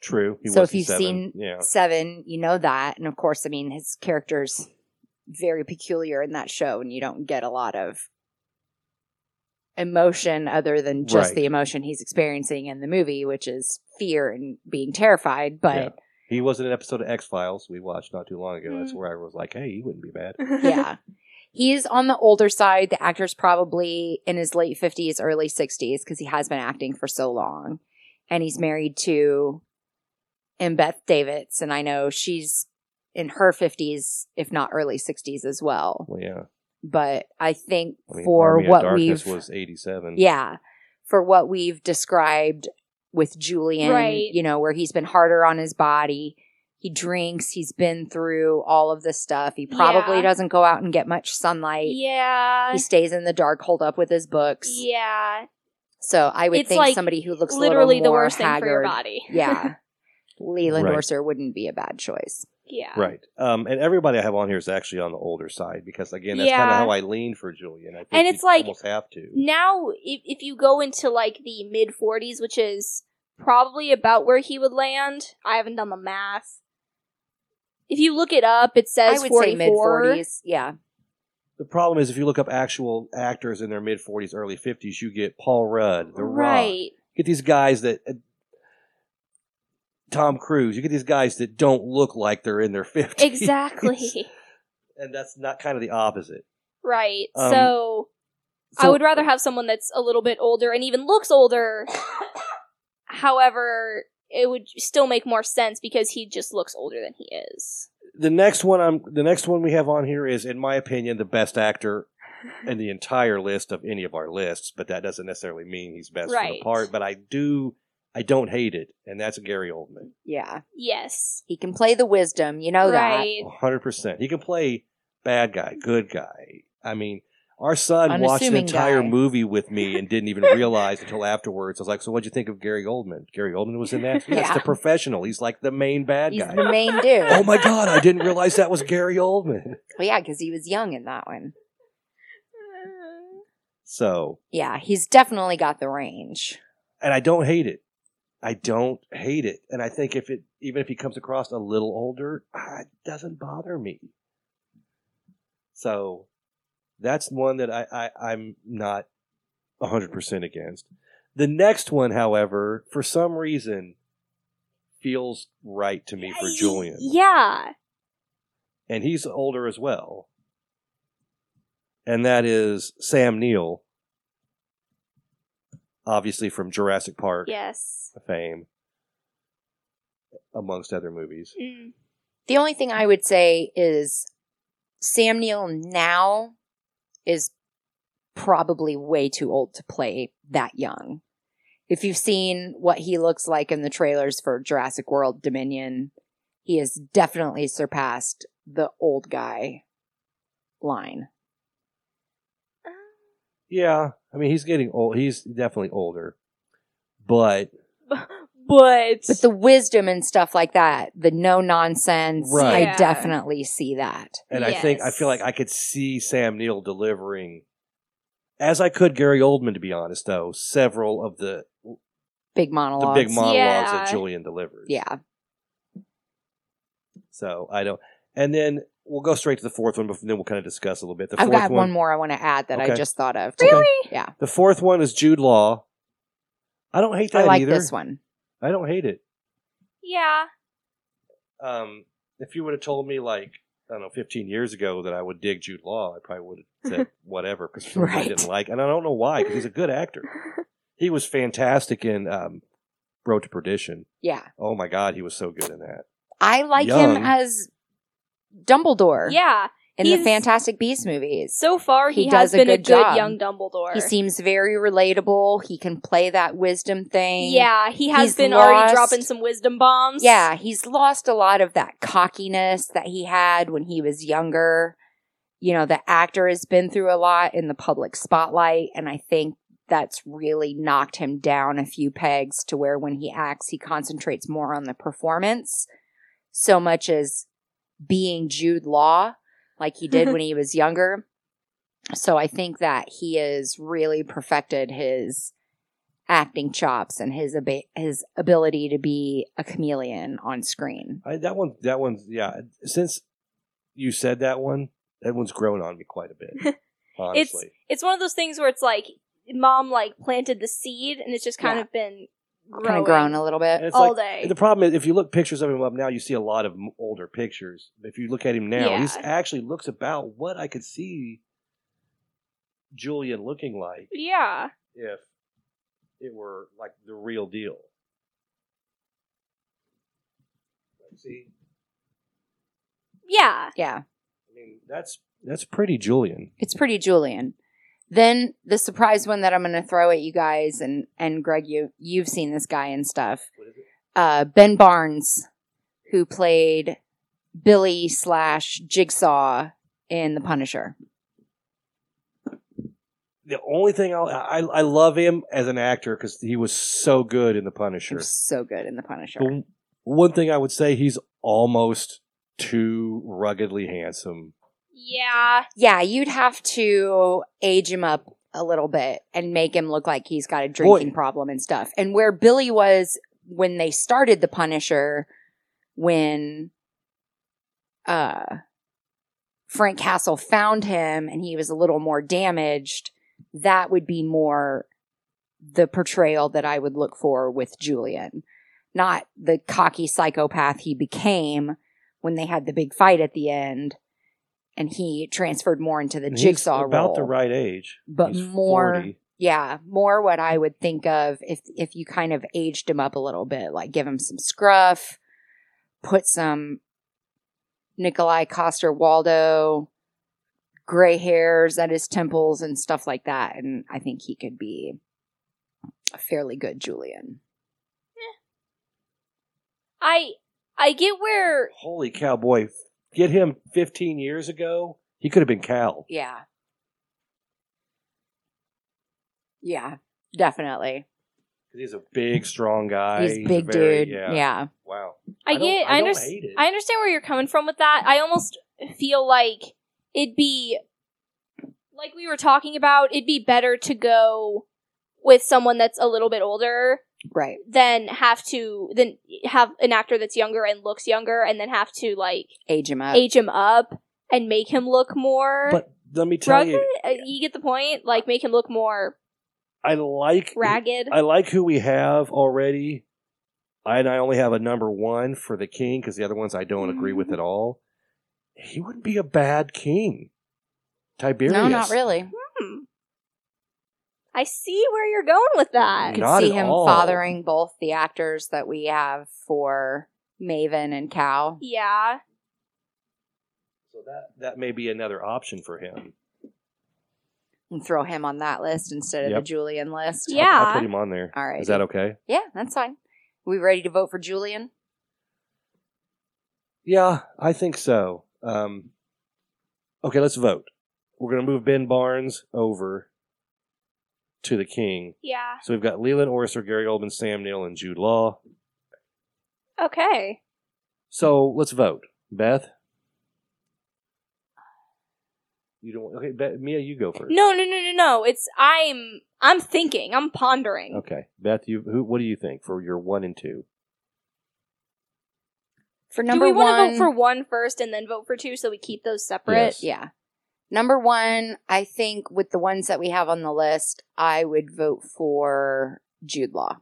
Speaker 4: True. He
Speaker 2: So
Speaker 4: was
Speaker 2: if
Speaker 4: in
Speaker 2: you've
Speaker 4: seven.
Speaker 2: seen
Speaker 4: yeah,
Speaker 2: Seven, you know that. And of course, I mean, his character's very peculiar in that show, and you don't get a lot of emotion other than just
Speaker 4: Right.
Speaker 2: the emotion he's experiencing in the movie, which is fear and being terrified. But
Speaker 4: Yeah. He was in an episode of X Files we watched not too long ago. That's
Speaker 3: Mm.
Speaker 4: where I was like, hey, he wouldn't be bad.
Speaker 2: [laughs] yeah. He's on the older side. The actor's probably in his late 50s, early 60s, because he has been acting for so long. And he's married to Beth Davids. And I know she's in her 50s, if not early 60s as well.
Speaker 4: Well, yeah.
Speaker 2: But I think
Speaker 4: I mean,
Speaker 2: for
Speaker 4: Army of
Speaker 2: what
Speaker 4: Darkness
Speaker 2: we've.
Speaker 4: was
Speaker 3: Mm-hmm.
Speaker 4: 87.
Speaker 2: Yeah. For what we've described with Julian,
Speaker 3: Right.
Speaker 2: you know, where he's been harder on his body. He drinks, he's been through all of this stuff. He probably
Speaker 3: Yeah.
Speaker 2: doesn't go out and get much sunlight.
Speaker 3: yeah.
Speaker 2: He stays in the dark, holed up with his books.
Speaker 3: Yeah.
Speaker 2: So I would
Speaker 3: It's
Speaker 2: think
Speaker 3: like
Speaker 2: somebody who looks a little
Speaker 3: Literally the
Speaker 2: more
Speaker 3: worst thing for your
Speaker 2: haggard-
Speaker 3: body. [laughs]
Speaker 2: yeah. Leland
Speaker 4: Right.
Speaker 2: Orser wouldn't be a bad choice.
Speaker 3: yeah.
Speaker 4: Right. Um, and everybody I have on here is actually on the older side because, again, that's
Speaker 3: Yeah.
Speaker 4: kind of how I leaned for Julian. I think
Speaker 3: And
Speaker 4: you
Speaker 3: it's like-
Speaker 4: almost have to.
Speaker 3: Now, if, if you go into like the mid 40s, which is probably about where he would land, I haven't done the math. If you look it up, it says
Speaker 2: I would say
Speaker 3: 44.
Speaker 2: mid 40s. Yeah.
Speaker 4: The problem is, if you look up actual actors in their mid 40s, early 50s, you get Paul Rudd, The Rock. [laughs]
Speaker 3: Right.
Speaker 4: get these guys that uh, Tom Cruise, you get these guys that don't look like they're in their 50s. [laughs]
Speaker 3: Exactly.
Speaker 4: and that's not kind of the opposite.
Speaker 3: [laughs] right.
Speaker 4: Um,
Speaker 3: so, I
Speaker 4: So-
Speaker 3: would rather have someone that's a little bit older and even
Speaker 4: [coughs]
Speaker 3: looks older. However, it would still make more sense because he just looks older than he is.
Speaker 4: the next one I'm the next one we have on here is in my opinion the best
Speaker 2: [laughs]
Speaker 4: actor in the entire list of any of our lists, but that doesn't necessarily mean he's best for
Speaker 3: Right.
Speaker 4: the part, but I do I don't hate it, and that's Gary Oldman.
Speaker 2: Yeah.
Speaker 3: Yes.
Speaker 2: He can play the wisdom. You know
Speaker 3: right.
Speaker 4: 100%. He can play bad guy, good guy. I mean, our son watched the
Speaker 2: Unassuming
Speaker 4: entire
Speaker 2: guy.
Speaker 4: movie with me and didn't even
Speaker 2: [laughs]
Speaker 4: realize until afterwards. I was like, "So what'd you think of Gary Oldman?" Gary Oldman was in that. That's
Speaker 2: Yeah.
Speaker 4: the professional. He's like the main
Speaker 2: that.
Speaker 4: bad
Speaker 2: He's
Speaker 4: guy.
Speaker 2: the main dude.
Speaker 4: oh my god, I didn't realize that was Gary Oldman.
Speaker 2: Well, yeah, because he was young in that one.
Speaker 4: Uh, So,
Speaker 2: Yeah, he's definitely got the range.
Speaker 4: and I don't hate it. I don't hate it. And I think if it, even if he comes across a little older, ah, it doesn't bother me. So that's one that I, I, I'm not 100% against. The next one, however, for some reason, feels right to me for Julian.
Speaker 3: Yeah.
Speaker 4: And he's older as well. And that is Sam Neill, obviously from Jurassic Park
Speaker 3: Yes.
Speaker 4: fame, amongst other movies.
Speaker 3: Mm. [laughs]
Speaker 2: The only thing I would say is Sam Neill now is probably way too old to play that young. If you've seen what he looks like in the trailers for Jurassic World Dominion, he has definitely surpassed the old guy line.
Speaker 4: Yeah, I mean he's getting old. He's definitely older, but
Speaker 3: But,
Speaker 2: But the wisdom and stuff like that, the no nonsense,
Speaker 4: Right.
Speaker 2: I
Speaker 3: Yeah.
Speaker 2: definitely see that.
Speaker 4: and I think I feel
Speaker 3: Yes.
Speaker 4: like I could see Sam Neill delivering, as I could Gary Oldman. To be honest, though, several of the
Speaker 2: Big
Speaker 4: the
Speaker 2: monologues.
Speaker 4: big monologues that
Speaker 3: Yeah.
Speaker 4: Julian delivers.
Speaker 2: yeah.
Speaker 4: So I don't. And then we'll go straight to the fourth one, but then we'll kind of discuss a little bit. The
Speaker 2: I've
Speaker 4: fourth
Speaker 2: got one, more I want to add that I
Speaker 4: Okay.
Speaker 2: just thought of.
Speaker 4: Really?
Speaker 2: Yeah.
Speaker 4: The fourth one is Jude Law. I don't hate that
Speaker 2: I like
Speaker 4: either.
Speaker 2: this one.
Speaker 4: I don't hate it.
Speaker 3: yeah.
Speaker 4: um, if you would have told me like I don't know, 15 years ago that I would dig Jude Law, I probably would have said whatever because I
Speaker 2: Right.
Speaker 4: didn't like, and I don't know why. 'cause he's a good actor. He was fantastic in um, Road to Perdition.
Speaker 2: Yeah.
Speaker 4: Oh my God, he was so good in that.
Speaker 2: I like
Speaker 4: Young.
Speaker 2: him as Dumbledore
Speaker 3: Yeah.
Speaker 2: in the
Speaker 3: he's-
Speaker 2: Fantastic Beast movies.
Speaker 3: So far,
Speaker 2: He
Speaker 3: he, has
Speaker 2: does a
Speaker 3: been a
Speaker 2: good
Speaker 3: good
Speaker 2: job.
Speaker 3: young Dumbledore.
Speaker 2: He seems very relatable. He can play that wisdom thing.
Speaker 3: yeah, he has
Speaker 2: He's
Speaker 3: been already
Speaker 2: lost.
Speaker 3: dropping some wisdom bombs.
Speaker 2: Yeah, he's lost a lot of that cockiness that he had when he was younger. You know, the actor has been through a lot in the public spotlight, and I think that's really knocked him down a few pegs to where when he acts, he concentrates more on the performance so much as being Jude Law, like he did when he was younger. So I think that he has really perfected his acting chops and his ab- his ability to be a chameleon on screen.
Speaker 4: I, that one, that one's yeah. Since you said that one, that one's grown on me quite a bit. Honestly,
Speaker 3: It's one of those things where it's like mom like planted the seed and it's just kind
Speaker 2: Yeah.
Speaker 3: of been
Speaker 2: kind of grown a little
Speaker 4: And
Speaker 2: bit.
Speaker 4: it's
Speaker 3: all
Speaker 4: like-
Speaker 3: day.
Speaker 4: The problem is, if you look pictures of him up now, you see a lot of m- older pictures. If you look at him now, he's
Speaker 3: Yeah.
Speaker 4: actually looks about what I could see Julian looking like
Speaker 3: yeah.
Speaker 4: if it were like the real deal. Like, See,
Speaker 3: Yeah.
Speaker 2: Yeah,
Speaker 4: I mean, that's that's pretty Julian.
Speaker 2: it's pretty Julian. Then the surprise one that I'm going to throw at you guys, and and Greg, you you've seen this guy and stuff.
Speaker 4: What is it?
Speaker 2: Uh, ben Barnes, who played Billy slash Jigsaw in The Punisher.
Speaker 4: The only thing I'll, I I love him as an actor because he was so good in The
Speaker 2: He
Speaker 4: Punisher.
Speaker 2: was so good in The Punisher.
Speaker 4: The one thing I would say, he's almost too ruggedly handsome.
Speaker 3: Yeah.
Speaker 2: Yeah, you'd have to age him up a little bit and make him look like he's got a drinking problem and stuff. And where Billy was when they started The Punisher, when uh, Frank Castle found him and he was a little more damaged, that would be more the portrayal that I would look for with Julian, not the cocky psychopath he became when they had the big fight at the end and he transferred more into the
Speaker 4: And he's
Speaker 2: jigsaw
Speaker 4: about
Speaker 2: role.
Speaker 4: the right age,
Speaker 2: but
Speaker 4: He's
Speaker 2: more-
Speaker 4: 40.
Speaker 2: Yeah, more what I would think of if if you kind of aged him up a little bit, like give him some scruff, put some Nikolai Coster Waldo gray hairs at his temples and stuff like that, and I think he could be a fairly good Julian.
Speaker 3: I I get where
Speaker 4: Holy cow, boy! Get him 15 years ago, he could have been Cal.
Speaker 2: Yeah. Yeah, definitely.
Speaker 4: He's a big, strong guy.
Speaker 2: He's a big
Speaker 4: very-
Speaker 2: dude.
Speaker 4: Yeah.
Speaker 2: yeah.
Speaker 4: Wow.
Speaker 3: I,
Speaker 4: don't-
Speaker 3: get.
Speaker 4: I
Speaker 3: I,
Speaker 4: don't
Speaker 3: understand.
Speaker 4: hate it.
Speaker 3: I understand where you're coming from with that. I almost feel like it'd be like we were talking about. It'd be better to go with someone that's a little bit older
Speaker 2: Right.
Speaker 3: than have to than have an actor that's younger and looks younger, and then have to like
Speaker 2: Age him up.
Speaker 3: age him up and make him look more.
Speaker 4: But let me tell
Speaker 3: Rugged?
Speaker 4: you,
Speaker 3: Uh, You get the point? Like, make him look more
Speaker 4: I like
Speaker 3: ragged.
Speaker 4: Mm-hmm. I like who we have already. I and I only have a number one for the king because the other ones I don't agree with at all. He wouldn't be a bad king. Tiberius.
Speaker 2: No, not really.
Speaker 3: Hmm. I see where you're going with that.
Speaker 2: could
Speaker 4: Not
Speaker 2: see
Speaker 4: at
Speaker 2: him
Speaker 4: all.
Speaker 2: fathering both the actors that we have for Maven and Cow.
Speaker 3: Yeah.
Speaker 4: So that that may be another option for him.
Speaker 2: and throw him on that list instead of
Speaker 4: Yep.
Speaker 2: the Julian list.
Speaker 3: Yeah.
Speaker 4: I'll, I'll put him on there.
Speaker 2: All right.
Speaker 4: Is that okay?
Speaker 2: Yeah, that's fine. We ready to vote for Julian?
Speaker 4: Yeah, I think so. Um, okay, let's vote. We're gonna move Ben Barnes over to the king.
Speaker 3: Yeah.
Speaker 4: So we've got Leland Orser, Gary Oldman, Sam Neill, and Jude Law.
Speaker 3: Okay.
Speaker 4: So let's vote. Beth? You don't okay, Beth, Mia, you go first.
Speaker 3: No, no, no, no, no. It's I'm I'm thinking. I'm pondering.
Speaker 4: Okay. Beth, you who what do you think for your one and two?
Speaker 2: For
Speaker 3: Do
Speaker 2: number
Speaker 3: we want
Speaker 2: one,
Speaker 3: to vote for one first and then vote for two so we keep those separate?
Speaker 4: Yes.
Speaker 2: yeah, number one. I think with the ones that we have on the list, I would vote for Jude Law.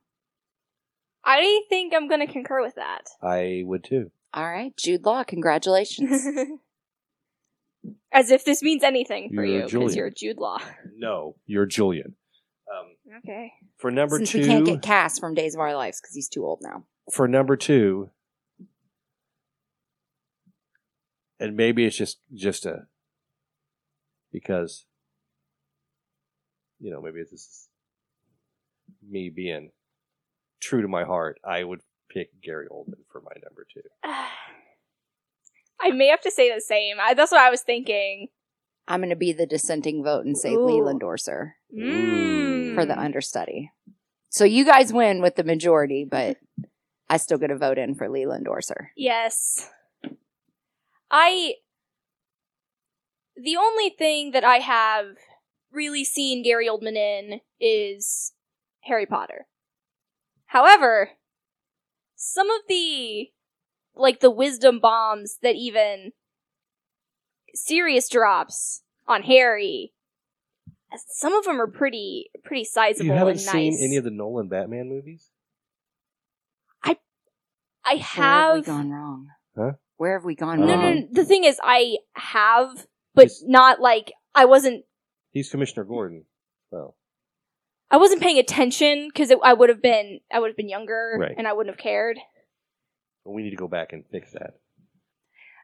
Speaker 3: I think I'm going to concur with that.
Speaker 4: I would too.
Speaker 2: All right, Jude Law, congratulations.
Speaker 3: [laughs] As if this means anything for
Speaker 4: You're
Speaker 3: you because
Speaker 4: Julian.
Speaker 3: you're
Speaker 2: [laughs]
Speaker 3: Jude Law.
Speaker 4: No, you're Julian. Um,
Speaker 3: [sighs] Okay.
Speaker 4: for number
Speaker 2: Since
Speaker 4: two
Speaker 2: we can't get Cass from Days of Our Lives because he's too old now.
Speaker 4: for number two, and maybe it's just just a because you know maybe this is me being true to my heart. I would pick Gary Oldman for my number two.
Speaker 3: I may have to say the same. I, that's what I was thinking.
Speaker 2: I'm going to be the dissenting vote and say
Speaker 3: Ooh.
Speaker 2: Leland Orser.
Speaker 3: Hmm.
Speaker 4: Ooh.
Speaker 2: for the understudy. So you guys win with the majority, but I still get a vote in for Leland Orser.
Speaker 3: Yes. I. The only thing that I have really seen Gary Oldman in is Harry Potter. However, some of the. Like the wisdom bombs that even Sirius drops on Harry. Some of them are pretty pretty sizable
Speaker 4: You haven't
Speaker 3: and nice.
Speaker 4: seen any of the Nolan Batman movies? Oh
Speaker 3: I
Speaker 2: Where have we
Speaker 3: have
Speaker 2: gone wrong?
Speaker 4: Huh?
Speaker 2: Where have we gone
Speaker 3: no,
Speaker 2: wrong?
Speaker 3: no,
Speaker 4: Um,
Speaker 3: no. The thing is, I have, but
Speaker 4: He's-
Speaker 3: not like I wasn't.
Speaker 4: He's Commissioner Gordon. Well,
Speaker 3: I wasn't paying attention because I would have been. I would have been younger,
Speaker 4: Right.
Speaker 3: and I wouldn't have cared.
Speaker 4: we need to go back and fix that.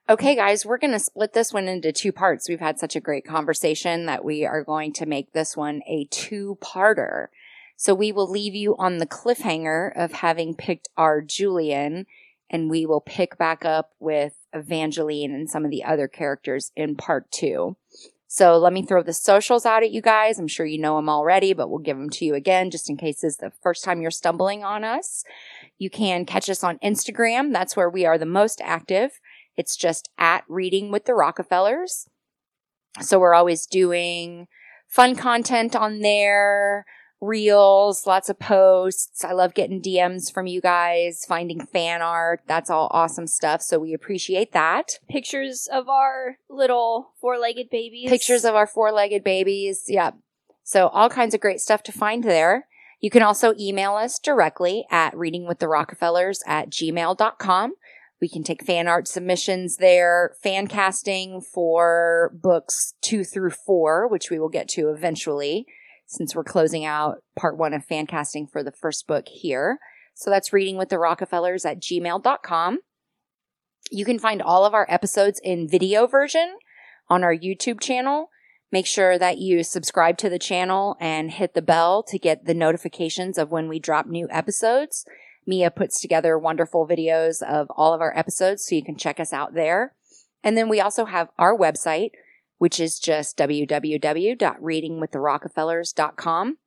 Speaker 2: Okay, guys, we're going to split this one into two parts. We've had such a great conversation that we are going to make this one a two parter. So we will leave you on the cliffhanger of having picked our Julian, and we will pick back up with Evangeline and some of the other characters in part two. So let me throw the socials out at you guys. I'm sure you know them already, but we'll give them to you again just in case this is the first time you're stumbling on us. You can catch us on Instagram. That's where we are the most active. It's just at Reading with the Rockefellers. So we're always doing fun content on there, reels, lots of posts. I love getting DMs from you guys, finding fan art. That's all awesome stuff. So we appreciate that.
Speaker 3: Pictures of our little four-legged babies.
Speaker 2: Pictures of our four legged babies. Yeah. So all kinds of great stuff to find there. You can also email us directly at readingwiththerrockefellers at gmail.com. We can take fan art submissions there, fan casting for books two through four, which we will get to eventually since we're closing out part one of fan casting for the first book here. So that's reading with the Rockefellers at gmail.com. You can find all of our episodes in video version on our YouTube channel. Make sure that you subscribe to the channel and hit the bell to get the notifications of when we drop new episodes. Mia puts together wonderful videos of all of our episodes, so you can check us out there. And then we also have our website, which is just www.readingwiththerrockefellers.com.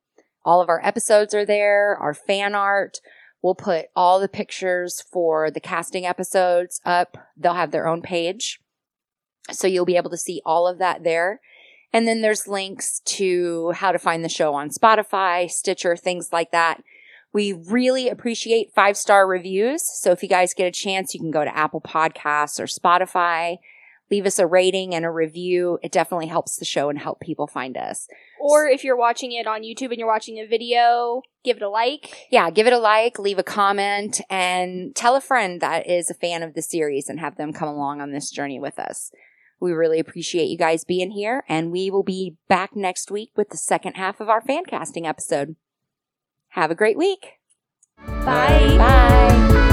Speaker 2: All of our episodes are there, our fan art. We'll put all the pictures for the casting episodes up. They'll have their own page. So you'll be able to see all of that there. And then there's links to how to find the show on Spotify, Stitcher, things like that. We really appreciate five star reviews. So if you guys get a chance, you can go to Apple Podcasts or Spotify, leave us a rating and a review. It definitely helps the show and help people find us.
Speaker 3: or if you're watching it on YouTube and you're watching a video, give it a like.
Speaker 2: Yeah, give it a like, leave a comment, and tell a friend that is a fan of the series and have them come along on this journey with us. We really appreciate you guys being here, and we will be back next week with the second half of our fan casting episode. Have a great week.
Speaker 3: Bye.
Speaker 2: Bye.